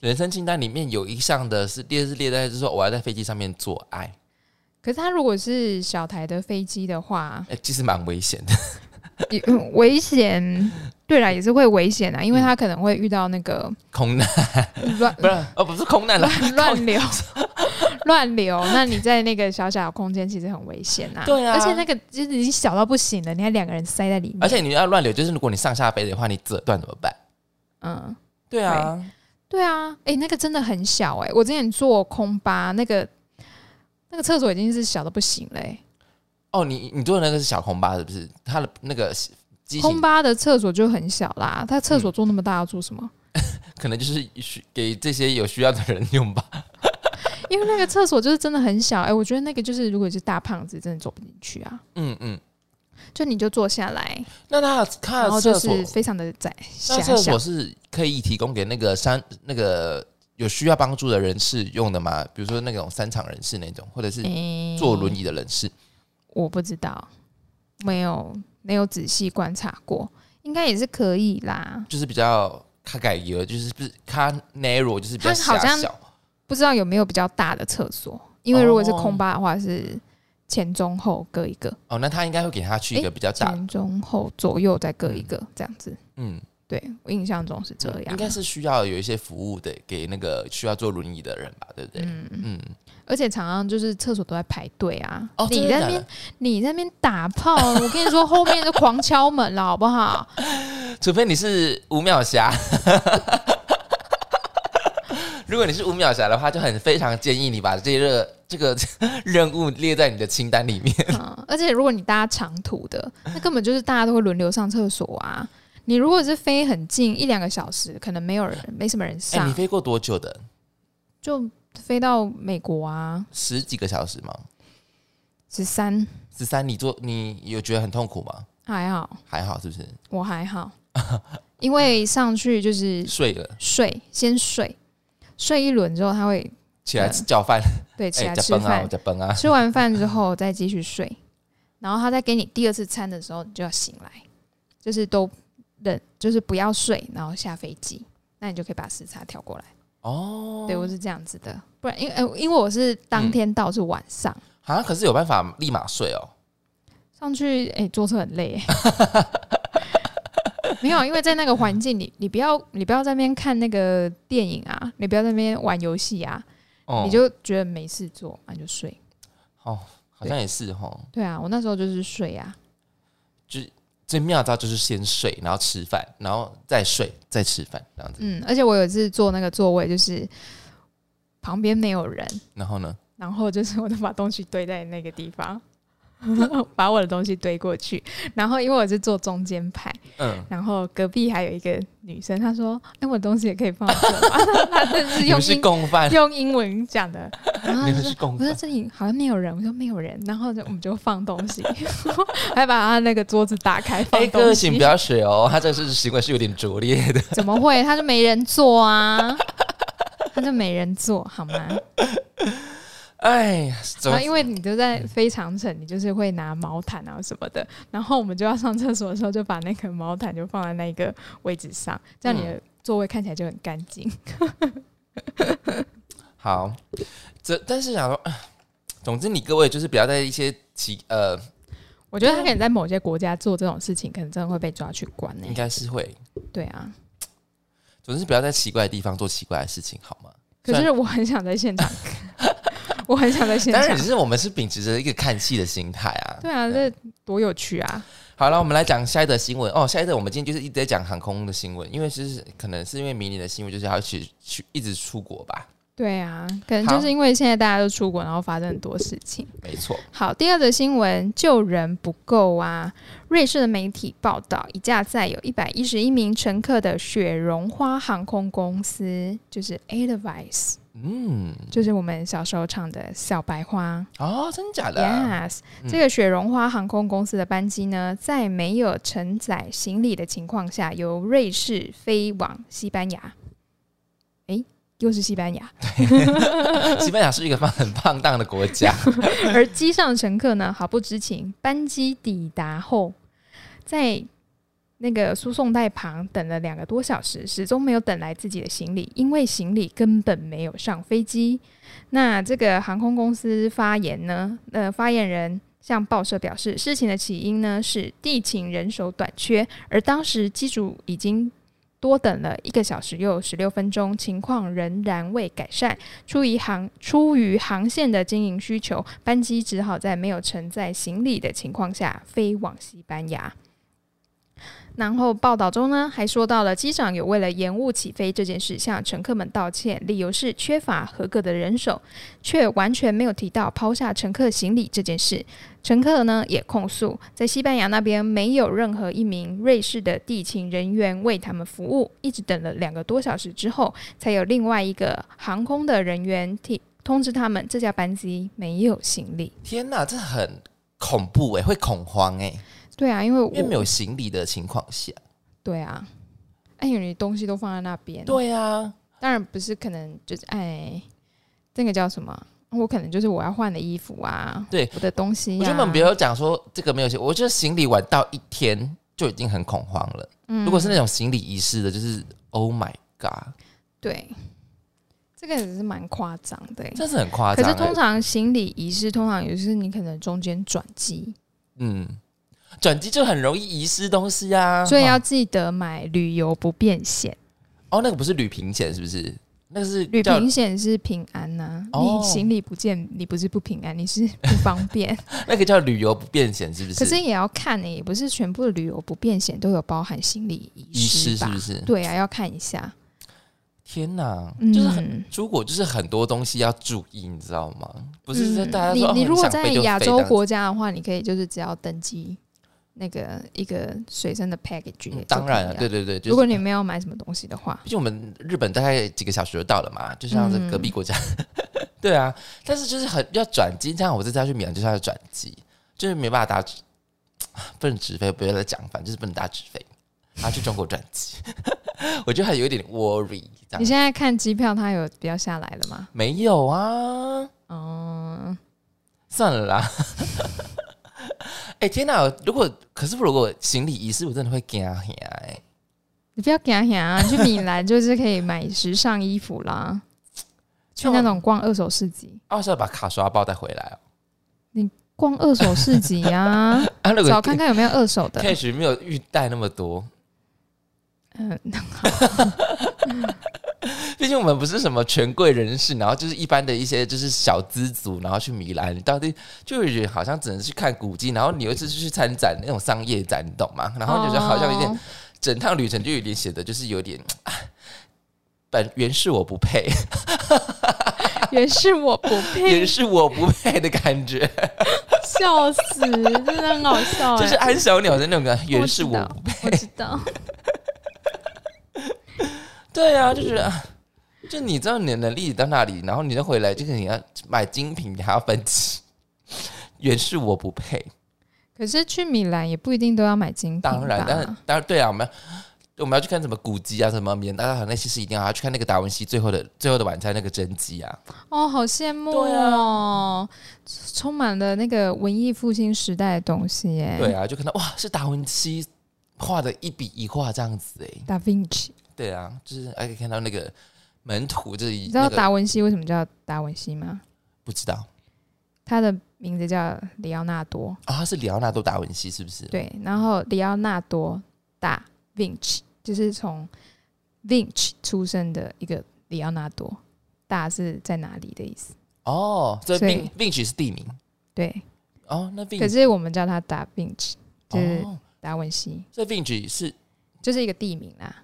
Speaker 2: 人生清单里面有一项的是列是列在就是说我要在飞机上面做爱，
Speaker 1: 可是他如果是小台的飞机的话，
Speaker 2: 哎、其实蛮危险的。
Speaker 1: 也嗯危险，对啦，也是会危险啊，因为他可能会遇到那个
Speaker 2: 空难
Speaker 1: 乱
Speaker 2: 不是哦，不是空难了，
Speaker 1: 乱乱流，乱流。那你在那个小小的空间其实很危险啊。
Speaker 2: 对啊
Speaker 1: 而且那个就是已经小到不行了，你还两个人塞在里面。
Speaker 2: 而且你要乱流，就是如果你上下飞的话，你折断怎么办？
Speaker 1: 嗯，
Speaker 2: 对啊，
Speaker 1: 对啊，诶，那个真的很小诶，我之前坐空巴，那个那个厕所已经是小到不行了、诶
Speaker 2: 哦，你你做的那个是小空巴是不是？它的那个机
Speaker 1: 空
Speaker 2: 型
Speaker 1: 巴的厕所就很小啦，它厕
Speaker 2: 嗯
Speaker 1: 所做那么大要做什么？
Speaker 2: 可能就是需给这些有需要的人用吧。
Speaker 1: 因为那个厕所就是真的很小，哎、我觉得那个就是如果是大胖子，真的走不进去啊。
Speaker 2: 嗯嗯，
Speaker 1: 就你就坐下来，
Speaker 2: 那它的它
Speaker 1: 然后
Speaker 2: 的
Speaker 1: 就
Speaker 2: 厕所
Speaker 1: 是，非常的窄
Speaker 2: 那
Speaker 1: 狭
Speaker 2: 厕
Speaker 1: 小
Speaker 2: 所。是可以提供给那个三那个有需要帮助的人士用的吗？比如说那种三场人士那种，或者是
Speaker 1: 诶
Speaker 2: 坐轮椅的人士。
Speaker 1: 我不知道，没有没有仔细观察过，应该也是可以啦。
Speaker 2: 就是比较它改革，就是不是它 narrow，就是比较
Speaker 1: 它好
Speaker 2: 狭
Speaker 1: 像
Speaker 2: 小。
Speaker 1: 不知道有没有比较大的厕所，因为如果是
Speaker 2: 哦
Speaker 1: 空巴的话是前中后各一个，
Speaker 2: 哦，那他应该会给他去一个比较大，
Speaker 1: 前中后左右再各一个这样子。
Speaker 2: 嗯，
Speaker 1: 对我印象中是这样，
Speaker 2: 应该是需要有一些服务的给那个需要坐轮椅的人吧，对不对？
Speaker 1: 嗯
Speaker 2: 嗯，
Speaker 1: 而且常常就是厕所都在排队啊。
Speaker 2: 哦，
Speaker 1: 你
Speaker 2: 真的
Speaker 1: 在
Speaker 2: 假
Speaker 1: 那
Speaker 2: 的
Speaker 1: 边你在那边打炮，我跟你说，后面就狂敲门了，好不好？
Speaker 2: 除非你是五秒侠。 如果你是五秒侠的话，就很非常建议你把这个这个 任务列在你的清单里 面。
Speaker 1: 嗯，而且如果你搭长途的，那根本就是大家都会轮流上厕所啊。你如果是飞很近一两个小时，可能没有人，没什么人
Speaker 2: 哎、
Speaker 1: 上，
Speaker 2: 你飞过多久的？
Speaker 1: 就飞到美国啊，
Speaker 2: 十几个小时吗？
Speaker 1: 十三
Speaker 2: 十三，你坐你有觉得很痛苦吗？
Speaker 1: 还好，
Speaker 2: 还好，是不是
Speaker 1: 我还 好，因为上去就是
Speaker 2: 睡了
Speaker 1: 睡，先睡，睡一轮之后他会
Speaker 2: 起来
Speaker 1: 嗯
Speaker 2: 吃叫饭？
Speaker 1: 对起
Speaker 2: 哎、
Speaker 1: 来
Speaker 2: 加
Speaker 1: 吃
Speaker 2: 崩
Speaker 1: 饭
Speaker 2: 啊，，加崩啊！
Speaker 1: 吃完饭之后再继续睡，然后他再给你第二次餐的时候，你就要醒来，就是都忍，就是不要睡，然后下飞机，那你就可以把时差调过来。
Speaker 2: 哦，
Speaker 1: 对我是这样子的，不然因为、呃因为我是当天到是晚上，
Speaker 2: 啊，可是有办法立马睡哦。
Speaker 1: 上去哎、坐车很累、欸。 没有，因为在那个环境里，你不要你不要在那边看那个电影啊，你不要在那边玩游戏啊，
Speaker 2: 哦，
Speaker 1: 你就觉得没事做，那你就睡。
Speaker 2: 哦，好像也是哦。
Speaker 1: 对啊，我那时候就是睡啊，
Speaker 2: 最妙的招就是先睡，然后吃饭，然后再睡，再吃饭这样子。
Speaker 1: 嗯，而且我有一次坐那个座位，就是旁边没有人，
Speaker 2: 然后呢？
Speaker 1: 然后就是我就把东西堆在那个地方， 把我的东西堆过去，然后因为我是坐中间排，
Speaker 2: 嗯，
Speaker 1: 然后隔壁还有一个女生，她说：“哎、我的东西也可以放这吗？” 她真的是
Speaker 2: 你
Speaker 1: 用
Speaker 2: 们是
Speaker 1: 英
Speaker 2: 共犯，
Speaker 1: 用英文讲的，然后
Speaker 2: 你
Speaker 1: 她说
Speaker 2: 们是。共
Speaker 1: 我说
Speaker 2: 犯。
Speaker 1: 这里好像没有人，我说没有人，然后就我们就放东西， 还把她那个桌子打开放
Speaker 2: 哎，
Speaker 1: 东
Speaker 2: 哥，
Speaker 1: 西。
Speaker 2: 请不要学哦，他这是行为是有点拙劣的。
Speaker 1: 怎么会？他就没人做啊，他就没人做好吗？
Speaker 2: 哎呀， 怎
Speaker 1: 然
Speaker 2: 么
Speaker 1: 后因为你都在非常城，你就是会拿毛毯啊什么的，然后我们就要上厕所的时候，就把那个毛毯就放在那个位置上，这样你
Speaker 2: 嗯
Speaker 1: 的座位看起来就很干净。
Speaker 2: 好？这但是想说，哎总之你各位就是不要在一些奇呃，
Speaker 1: 我觉得他可能在某些国家做这种事情，可能真的会被抓去关呢、
Speaker 2: 应该是会，
Speaker 1: 对 啊，
Speaker 2: 总之不要在奇怪的地方做奇怪的事情，好吗？
Speaker 1: 可是我很想在现场， 我很想在现
Speaker 2: 当然，
Speaker 1: 场
Speaker 2: 只。是我们是秉持着一个看戏的心态啊。
Speaker 1: 对啊，这多有趣啊！
Speaker 2: 好了，我们来讲下一则新闻哦。下一则我们今天就是一直在讲航空的新闻，因为其实可能是因为明年的新闻就是要去去一直出国吧，
Speaker 1: 对啊，可能
Speaker 2: 好
Speaker 1: 就是因为现在大家都出国，然后发生很多事情。
Speaker 2: 没错。
Speaker 1: 好，第二则新闻，救人不够啊！瑞士的媒体报道，一架载有一百一十一名乘客的雪绒花航空公司，就是 Edelweiss，
Speaker 2: 嗯，
Speaker 1: 就是我们小时候唱的小白花。
Speaker 2: 哦，真假的啊？
Speaker 1: Yes，、这个雪绒花航空公司的班机呢，在没有承载行李的情况下，由瑞士飞往西班牙。诶，又是西班牙。
Speaker 2: 西班牙是一个放很放荡的国家，
Speaker 1: 而机上乘客呢毫不知情，班机抵达后，在那个输送带旁等了两个多小时，始终没有等来自己的行李，因为行李根本没有上飞机。那这个航空公司发言呢，呃，发言人。向报社表示，事情的起因呢是地勤人手短缺，而当时机组已经多等了一个小时又十六分钟，情况仍然未改善。出于航出于航线的经营需求，班机只好在没有承载行李的情况下飞往西班牙。然后报道中呢，还说到了机长有为了延误起飞这件事向乘客们道歉，理由是缺乏合格的人手，却完全没有提到抛下乘客行李这件事。乘客呢也控诉，在西班牙那边没有任何一名瑞士的地勤人员为他们服务，一直等了两个多小时之后，才有另外一个航空的人员提通知他们这架班机没有行李。
Speaker 2: 天哪，这很恐怖哎、会恐慌哎、
Speaker 1: 对啊，因为我
Speaker 2: 因为没有行李的情况下，
Speaker 1: 对啊，哎，有你东西都放在那边，，
Speaker 2: 对啊，
Speaker 1: 当然不是可能就是哎，这个叫什么？我可能就是我要换的衣服啊，
Speaker 2: 对
Speaker 1: 我的东西、啊，
Speaker 2: 我觉得我们不要讲说这个没有行，我觉得行李晚到一天就已经很恐慌了。
Speaker 1: 嗯
Speaker 2: 如果是那种行李遗失的，就是 Oh my God，
Speaker 1: 对，这个也是蛮夸张的、欸。
Speaker 2: 这是很夸
Speaker 1: 可
Speaker 2: 张、
Speaker 1: 是
Speaker 2: 欸。
Speaker 1: 通常行李遗失，通常也是你可能中间转机，
Speaker 2: 嗯，转机就很容易遗失东西啊，
Speaker 1: 所以要
Speaker 2: 哦
Speaker 1: 记得买旅游不便险。
Speaker 2: 哦，那个不是旅平险是不是？那个是
Speaker 1: 旅
Speaker 2: 叫
Speaker 1: 平险是平安呐、
Speaker 2: 哦
Speaker 1: 你行李不见，你不是不平安，你是不方便。
Speaker 2: 那个叫旅游不便险 是不 是？
Speaker 1: 可是也要看呢、也不是全部的旅游不便险都有包含行李遗
Speaker 2: 遗失嗯是
Speaker 1: 吧？
Speaker 2: 不是？
Speaker 1: 对啊，要看一下。
Speaker 2: 天哪，
Speaker 1: 嗯，
Speaker 2: 就是很。出国就是很多东西要注意，你知道吗？不是说
Speaker 1: 嗯
Speaker 2: 大家
Speaker 1: 你
Speaker 2: 说、哦
Speaker 1: 你如果
Speaker 2: 很想
Speaker 1: 在
Speaker 2: 飞就
Speaker 1: 亚
Speaker 2: 飞
Speaker 1: 洲
Speaker 2: 这样子
Speaker 1: 国家的话，你可以就是只要登机那个一个随身的 package，、
Speaker 2: 嗯当然了，对。对对，就是、
Speaker 1: 如果你没有买什么东西的话，
Speaker 2: 毕竟我们日本大概几个小时就到了嘛，就像是隔
Speaker 1: 嗯
Speaker 2: 壁国家， 对啊。但是就是很要转机，像我这次要去米兰就是要转机，就是没办法打直， 不能直飞，不要再讲，反正就是不能打直飞，然后去中国转机， 我就还有一点 worry 这
Speaker 1: 你
Speaker 2: 样。
Speaker 1: 现在看机票，它有比较下来了吗？
Speaker 2: 没有啊，
Speaker 1: 嗯，
Speaker 2: 算了啦。 哎、天哪！如果可是如果行李遗失，我真的会惊吓哎。
Speaker 1: 你不要讲讲啊，去米兰就是可以买时尚衣
Speaker 2: 啊
Speaker 1: 服啦。去那种逛二手市集，
Speaker 2: 哦，是要把卡刷包带回来哦。
Speaker 1: 逛二手市集 啊，
Speaker 2: 啊，如
Speaker 1: 找
Speaker 2: 果
Speaker 1: 看看有没有二手的。
Speaker 2: cash 没有预带那么多，
Speaker 1: 嗯，
Speaker 2: 毕竟我们不是什么权贵人士，然后就是一般的一些就是小资族，然后去米兰，你到底就有点好像只能去看古迹，然后你又是去参展那种商业展，你懂吗？然后就觉得好像有点、
Speaker 1: 哦
Speaker 2: 整趟旅程就有点显得就是有点，啊本原是我 不配，
Speaker 1: 原是我不
Speaker 2: 原
Speaker 1: 配，
Speaker 2: 是我不配的感觉，
Speaker 1: 笑死，真的很好笑哎、
Speaker 2: 就是安小鸟的那种感觉，
Speaker 1: 我
Speaker 2: 原
Speaker 1: 知
Speaker 2: 是我
Speaker 1: 道
Speaker 2: 不
Speaker 1: 我知道，
Speaker 2: 对啊，就是啊，就你知道你的能力到那里，然后你再回来，就是你要买精品，你还要分期，原是我不配。
Speaker 1: 可是去米兰也不一定都要买精品吧，
Speaker 2: 当然，但是当然对啊，我们我们要去看什么古迹啊，什么免大大那些是一定要要去看那个达文西最后的最后的晚餐那个真迹啊。
Speaker 1: 哦，好羡慕
Speaker 2: 对啊
Speaker 1: 哦，充满了那个文艺复兴时代的东西耶。
Speaker 2: 对啊，就看到哇，是达文西画的一笔一画这样子哎、
Speaker 1: 达芬奇，
Speaker 2: 对啊，就是还可以看到那个门徒这一
Speaker 1: 你知
Speaker 2: 那
Speaker 1: 道
Speaker 2: 个
Speaker 1: 达文西为什么叫达文西吗？
Speaker 2: 不知道
Speaker 1: 他的名字叫里奥纳多，
Speaker 2: 啊、他是里奥纳多达文西是不是？
Speaker 1: 对，然后里奥纳多达芬奇就是从 Vinci 出生的一个里奥纳多，大是在哪里的意思？
Speaker 2: 哦，这
Speaker 1: 所以
Speaker 2: 并并曲是地名
Speaker 1: 对，
Speaker 2: 哦，那并
Speaker 1: 可是我们叫他达芬奇，就是
Speaker 2: 哦，
Speaker 1: 达文西，
Speaker 2: 这 Vinci 是
Speaker 1: 就是一个地名啦，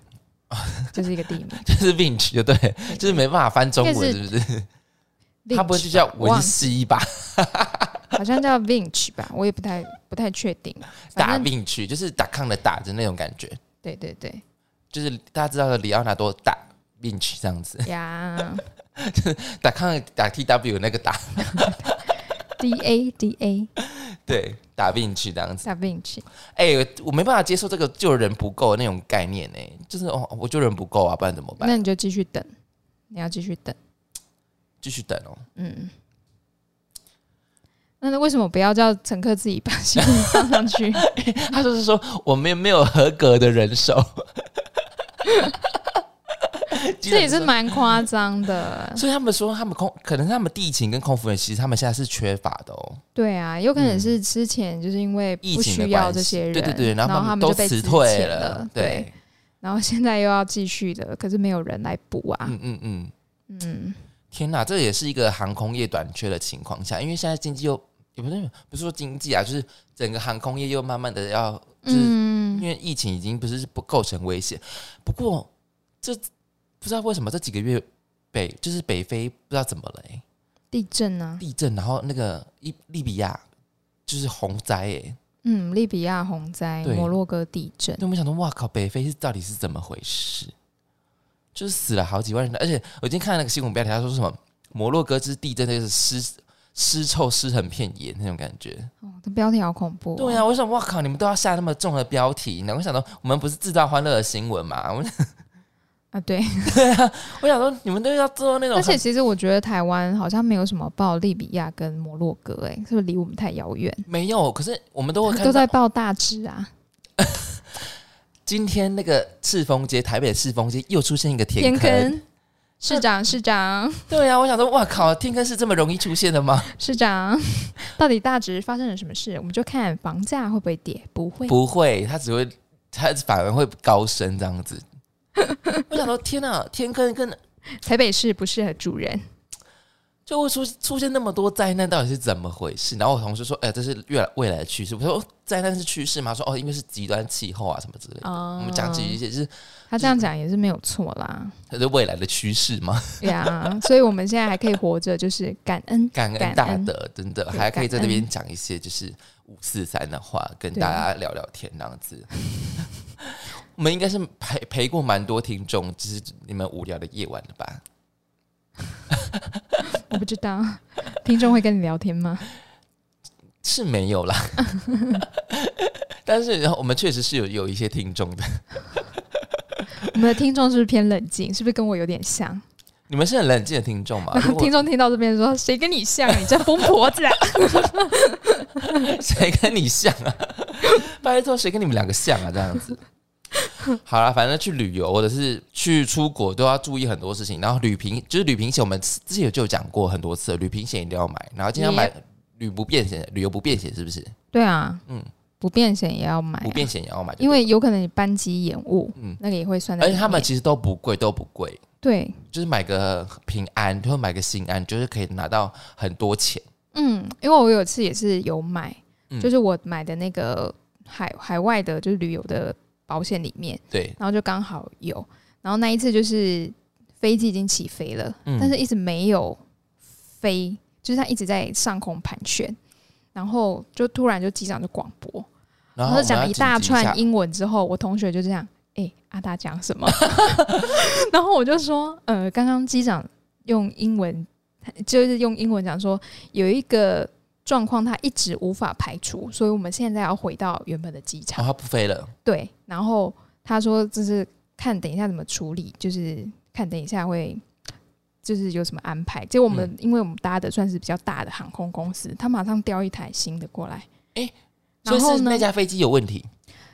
Speaker 1: 就是一个地名。
Speaker 2: 就是 Vinci 就对，就是没办法翻中
Speaker 1: 应该
Speaker 2: 文，
Speaker 1: 是
Speaker 2: 是不是？ 他不会就叫
Speaker 1: Vinci 吧忘
Speaker 2: 文西吧？
Speaker 1: 好像叫 Vinch 吧，我也不太不太确定。反
Speaker 2: 打
Speaker 1: 正
Speaker 2: Vinci 就是打抗的打的那种感觉，
Speaker 1: 对对对
Speaker 2: 就是大家知道的里奥纳多打 Vinci 这样子，
Speaker 1: 呀
Speaker 2: 打抗打 T W 那个打，
Speaker 1: ，D A D A
Speaker 2: 对，打 Vinci 这样子。
Speaker 1: Da Vinci，
Speaker 2: 哎、我没办法接受这个救人不够的那种概念呢、就是哦，我救人不够啊，不然怎么办？
Speaker 1: 那你就继续等，你要继续等。
Speaker 2: 继续等哦。
Speaker 1: 嗯，那那为什么不要叫乘客自己把行李放上 去？
Speaker 2: 他就是说我们没有合格的人手，
Speaker 1: 这也是蛮夸张的。
Speaker 2: 所以他们说，他们空可能他们地勤跟空服员，其实他们现在是缺乏的哦。
Speaker 1: 对啊，有可能是之前就是因为
Speaker 2: 疫
Speaker 1: 不
Speaker 2: 情的
Speaker 1: 需
Speaker 2: 关
Speaker 1: 要
Speaker 2: 系，
Speaker 1: 这些人，
Speaker 2: 对对对，然
Speaker 1: 后
Speaker 2: 后
Speaker 1: 他
Speaker 2: 都
Speaker 1: 就被
Speaker 2: 辞
Speaker 1: 资
Speaker 2: 退
Speaker 1: 遣
Speaker 2: 了
Speaker 1: 了，，对，，然后现在又要继续的，可是没有人来补啊。
Speaker 2: 嗯嗯嗯，
Speaker 1: 嗯，
Speaker 2: 天哪，这也是一个航空业短缺的情况下，因为现在经济又也不是不是说经济啊，就是整个航空业又慢慢的要，就是、
Speaker 1: 嗯
Speaker 2: 因为疫情已经不是不构成威胁，不过这不知道为什么这几个月北就是北非不知道怎么了、欸，
Speaker 1: 地震啊，
Speaker 2: 地震，然后那个利利比亚就是洪灾哎、
Speaker 1: 嗯，利比亚洪灾、
Speaker 2: 对
Speaker 1: 摩洛哥地震，
Speaker 2: 对，我们想说，哇靠，北非是到底是怎么回事？就是死了好几万人，而且我今天看那个新闻标题，他说什么摩洛哥之地真的是尸尸臭尸横遍野那种感觉。
Speaker 1: 哦，这标题好恐怖、哦
Speaker 2: 对啊呀、、我想哇靠，你们都要下那么重的标题，然后我想到我们不是制造欢乐的新闻嘛？我
Speaker 1: 啊，对，
Speaker 2: 我想说你们都要做那种
Speaker 1: 而且
Speaker 2: 很，
Speaker 1: 其实我觉得台湾好像没有什么报利比亚跟摩洛哥、哎，是不是离我们太遥远？
Speaker 2: 没有，可是我们都会看
Speaker 1: 都在
Speaker 2: 到
Speaker 1: 报大致啊，
Speaker 2: 今天那个赤峰街，台北赤峰街又出现一个田
Speaker 1: 田
Speaker 2: 坑。
Speaker 1: 坑市长，市长，
Speaker 2: 对呀、啊我想说哇靠，天坑是这么容易出现的吗？
Speaker 1: 市长， 到底大致发生了什么事？我们就看房价会不会跌，不会，
Speaker 2: 不会，它只会，它反而会高升这 样子。我想说，天啊，天坑跟
Speaker 1: 台北市不适合住人，
Speaker 2: 就会出出现那么多灾难，到底是怎么回事？然后我同事说，哎、这是越来未来的趋势。我说，哦灾难是趋势吗？说，哦，因为是极端气候啊什么之类的。
Speaker 1: 哦
Speaker 2: 我们讲起一些就是
Speaker 1: 他这样讲也是没有错 啦，
Speaker 2: 它是未来的趋势嘛，
Speaker 1: 对啊，所以我们现在还可以活着，就是感恩，
Speaker 2: 感
Speaker 1: 感
Speaker 2: 恩
Speaker 1: 恩
Speaker 2: 大德，真的
Speaker 1: 对
Speaker 2: 还可以在
Speaker 1: 感
Speaker 2: 那
Speaker 1: 恩
Speaker 2: 边讲一些就是五四三的话，跟
Speaker 1: 对
Speaker 2: 大家聊聊天这样子。 我们应该是陪陪过蛮多听众，就是你们无聊的夜晚了吧？
Speaker 1: 我不知 道听众会跟你聊天吗？
Speaker 2: 是没有啦， 但是我们确实是有有一些听众的，
Speaker 1: 我们的听众是不是偏冷静？是不是跟我有点像？
Speaker 2: 你们是很冷静的听 众嘛？
Speaker 1: 然
Speaker 2: 啊如
Speaker 1: 后听
Speaker 2: 果
Speaker 1: 众听到这边说：“谁跟你像？你这疯婆 子、啊
Speaker 2: 谁跟你像啊？ 拜托，谁跟你们两个像啊？这样子。好啦，反正去旅游或者是去出国都要注意很多事情。然后旅行就是旅行险，我们之前就有讲过很多次了，旅行险一定要买。然后今天要买旅不便险，旅游不便险是不是？
Speaker 1: 对啊，
Speaker 2: 嗯，
Speaker 1: 不便险也要买啊、
Speaker 2: 不便险也要买就对，
Speaker 1: 因为有可能你班机延误，
Speaker 2: 嗯，
Speaker 1: 那个也会算在
Speaker 2: 而
Speaker 1: 里
Speaker 2: 且
Speaker 1: 面。
Speaker 2: 他们其实都不贵，都不贵，
Speaker 1: 对，
Speaker 2: 就是买个平安，或买个心安，就是可以拿到很多钱。
Speaker 1: 嗯，因为我有一次也是有买，
Speaker 2: 嗯
Speaker 1: 就是我买的那个海海外的，就是旅游的保险里面，
Speaker 2: 对，
Speaker 1: 然后就刚好有，然后那一次就是飞机已经起飞了，
Speaker 2: 嗯
Speaker 1: 但是一直没有飞，就是它一直在上空盘旋，然后就突然就机长就广播，
Speaker 2: 然
Speaker 1: 然
Speaker 2: 后
Speaker 1: 后
Speaker 2: 我
Speaker 1: 就讲
Speaker 2: 们要
Speaker 1: 了一
Speaker 2: 紧急
Speaker 1: 大
Speaker 2: 下
Speaker 1: 串英文之后，我同学就这样，哎、阿达讲什么？ 然后我就说，呃，刚刚机长用英文，就是用英文讲说有一个状况，他一直无法排除，所以我们现在要回到原本的机
Speaker 2: 哦，
Speaker 1: 场。
Speaker 2: 他不飞了，
Speaker 1: 对，然后他说就是看等一下怎么处理，就是看等一下会。就是有什么安排？结果我们、
Speaker 2: 嗯
Speaker 1: 因为我们搭的算是比较大的航空公司，他马上调一台新的过来。
Speaker 2: 诶所
Speaker 1: 然
Speaker 2: 以
Speaker 1: 后
Speaker 2: 是
Speaker 1: 呢？
Speaker 2: 那架飞机有问题。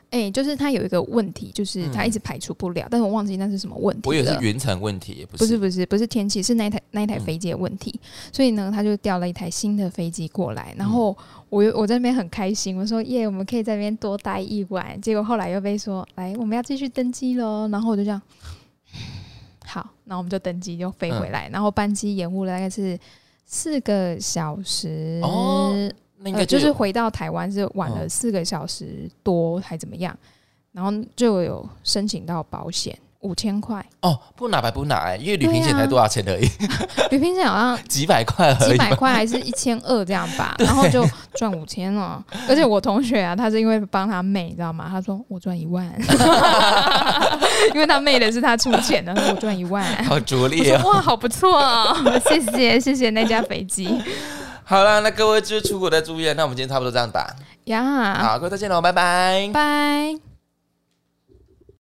Speaker 1: 哎、就是它有一个问题，就是它
Speaker 2: 嗯
Speaker 1: 一直排除不了，但是我忘记那是什么问题
Speaker 2: 我以为
Speaker 1: 了
Speaker 2: 是云层问题，也不
Speaker 1: 不是
Speaker 2: 是，
Speaker 1: 不是不是天气，是那一台那一台
Speaker 2: 嗯
Speaker 1: 飞机的问题，所以呢，他就调了一台新的飞机过来，
Speaker 2: 嗯
Speaker 1: 然后我又我在那边很开心，我说耶，我们可以在那边多待一晚，结果后来又被说来我们要继续登机喽，然后我就这样， 好，那我们就登机就飞
Speaker 2: 嗯
Speaker 1: 回来，然后班机延误了大概是四个小时，
Speaker 2: 哦那应
Speaker 1: 呃，
Speaker 2: 该
Speaker 1: 就是
Speaker 2: 有
Speaker 1: 回到台湾是晚了
Speaker 2: 嗯
Speaker 1: 四个小时多，还怎么样？然后就有申请到保险五千块，
Speaker 2: 哦，不拿白不拿欸，因为旅行险
Speaker 1: 对啊
Speaker 2: 才多少钱而已，
Speaker 1: 比平时好像
Speaker 2: 几百块而
Speaker 1: 几
Speaker 2: 已
Speaker 1: 百
Speaker 2: 吧。
Speaker 1: 块还是一千二这样吧，然后就赚五千了。而且我同学啊，他是因为帮他妹，你知道吗？他说我赚一 万，因为他妹的是他出钱的，他说我赚一 万。
Speaker 2: 好拙
Speaker 1: 我说
Speaker 2: 劣 哦！
Speaker 1: 哇，好不错哦，谢谢谢谢那架飞 机
Speaker 2: 好啦，那各位就是出国再注意了。那我们今天差不多这样打，
Speaker 1: 呀，
Speaker 2: 好，各位再见喽，拜拜。
Speaker 1: 拜。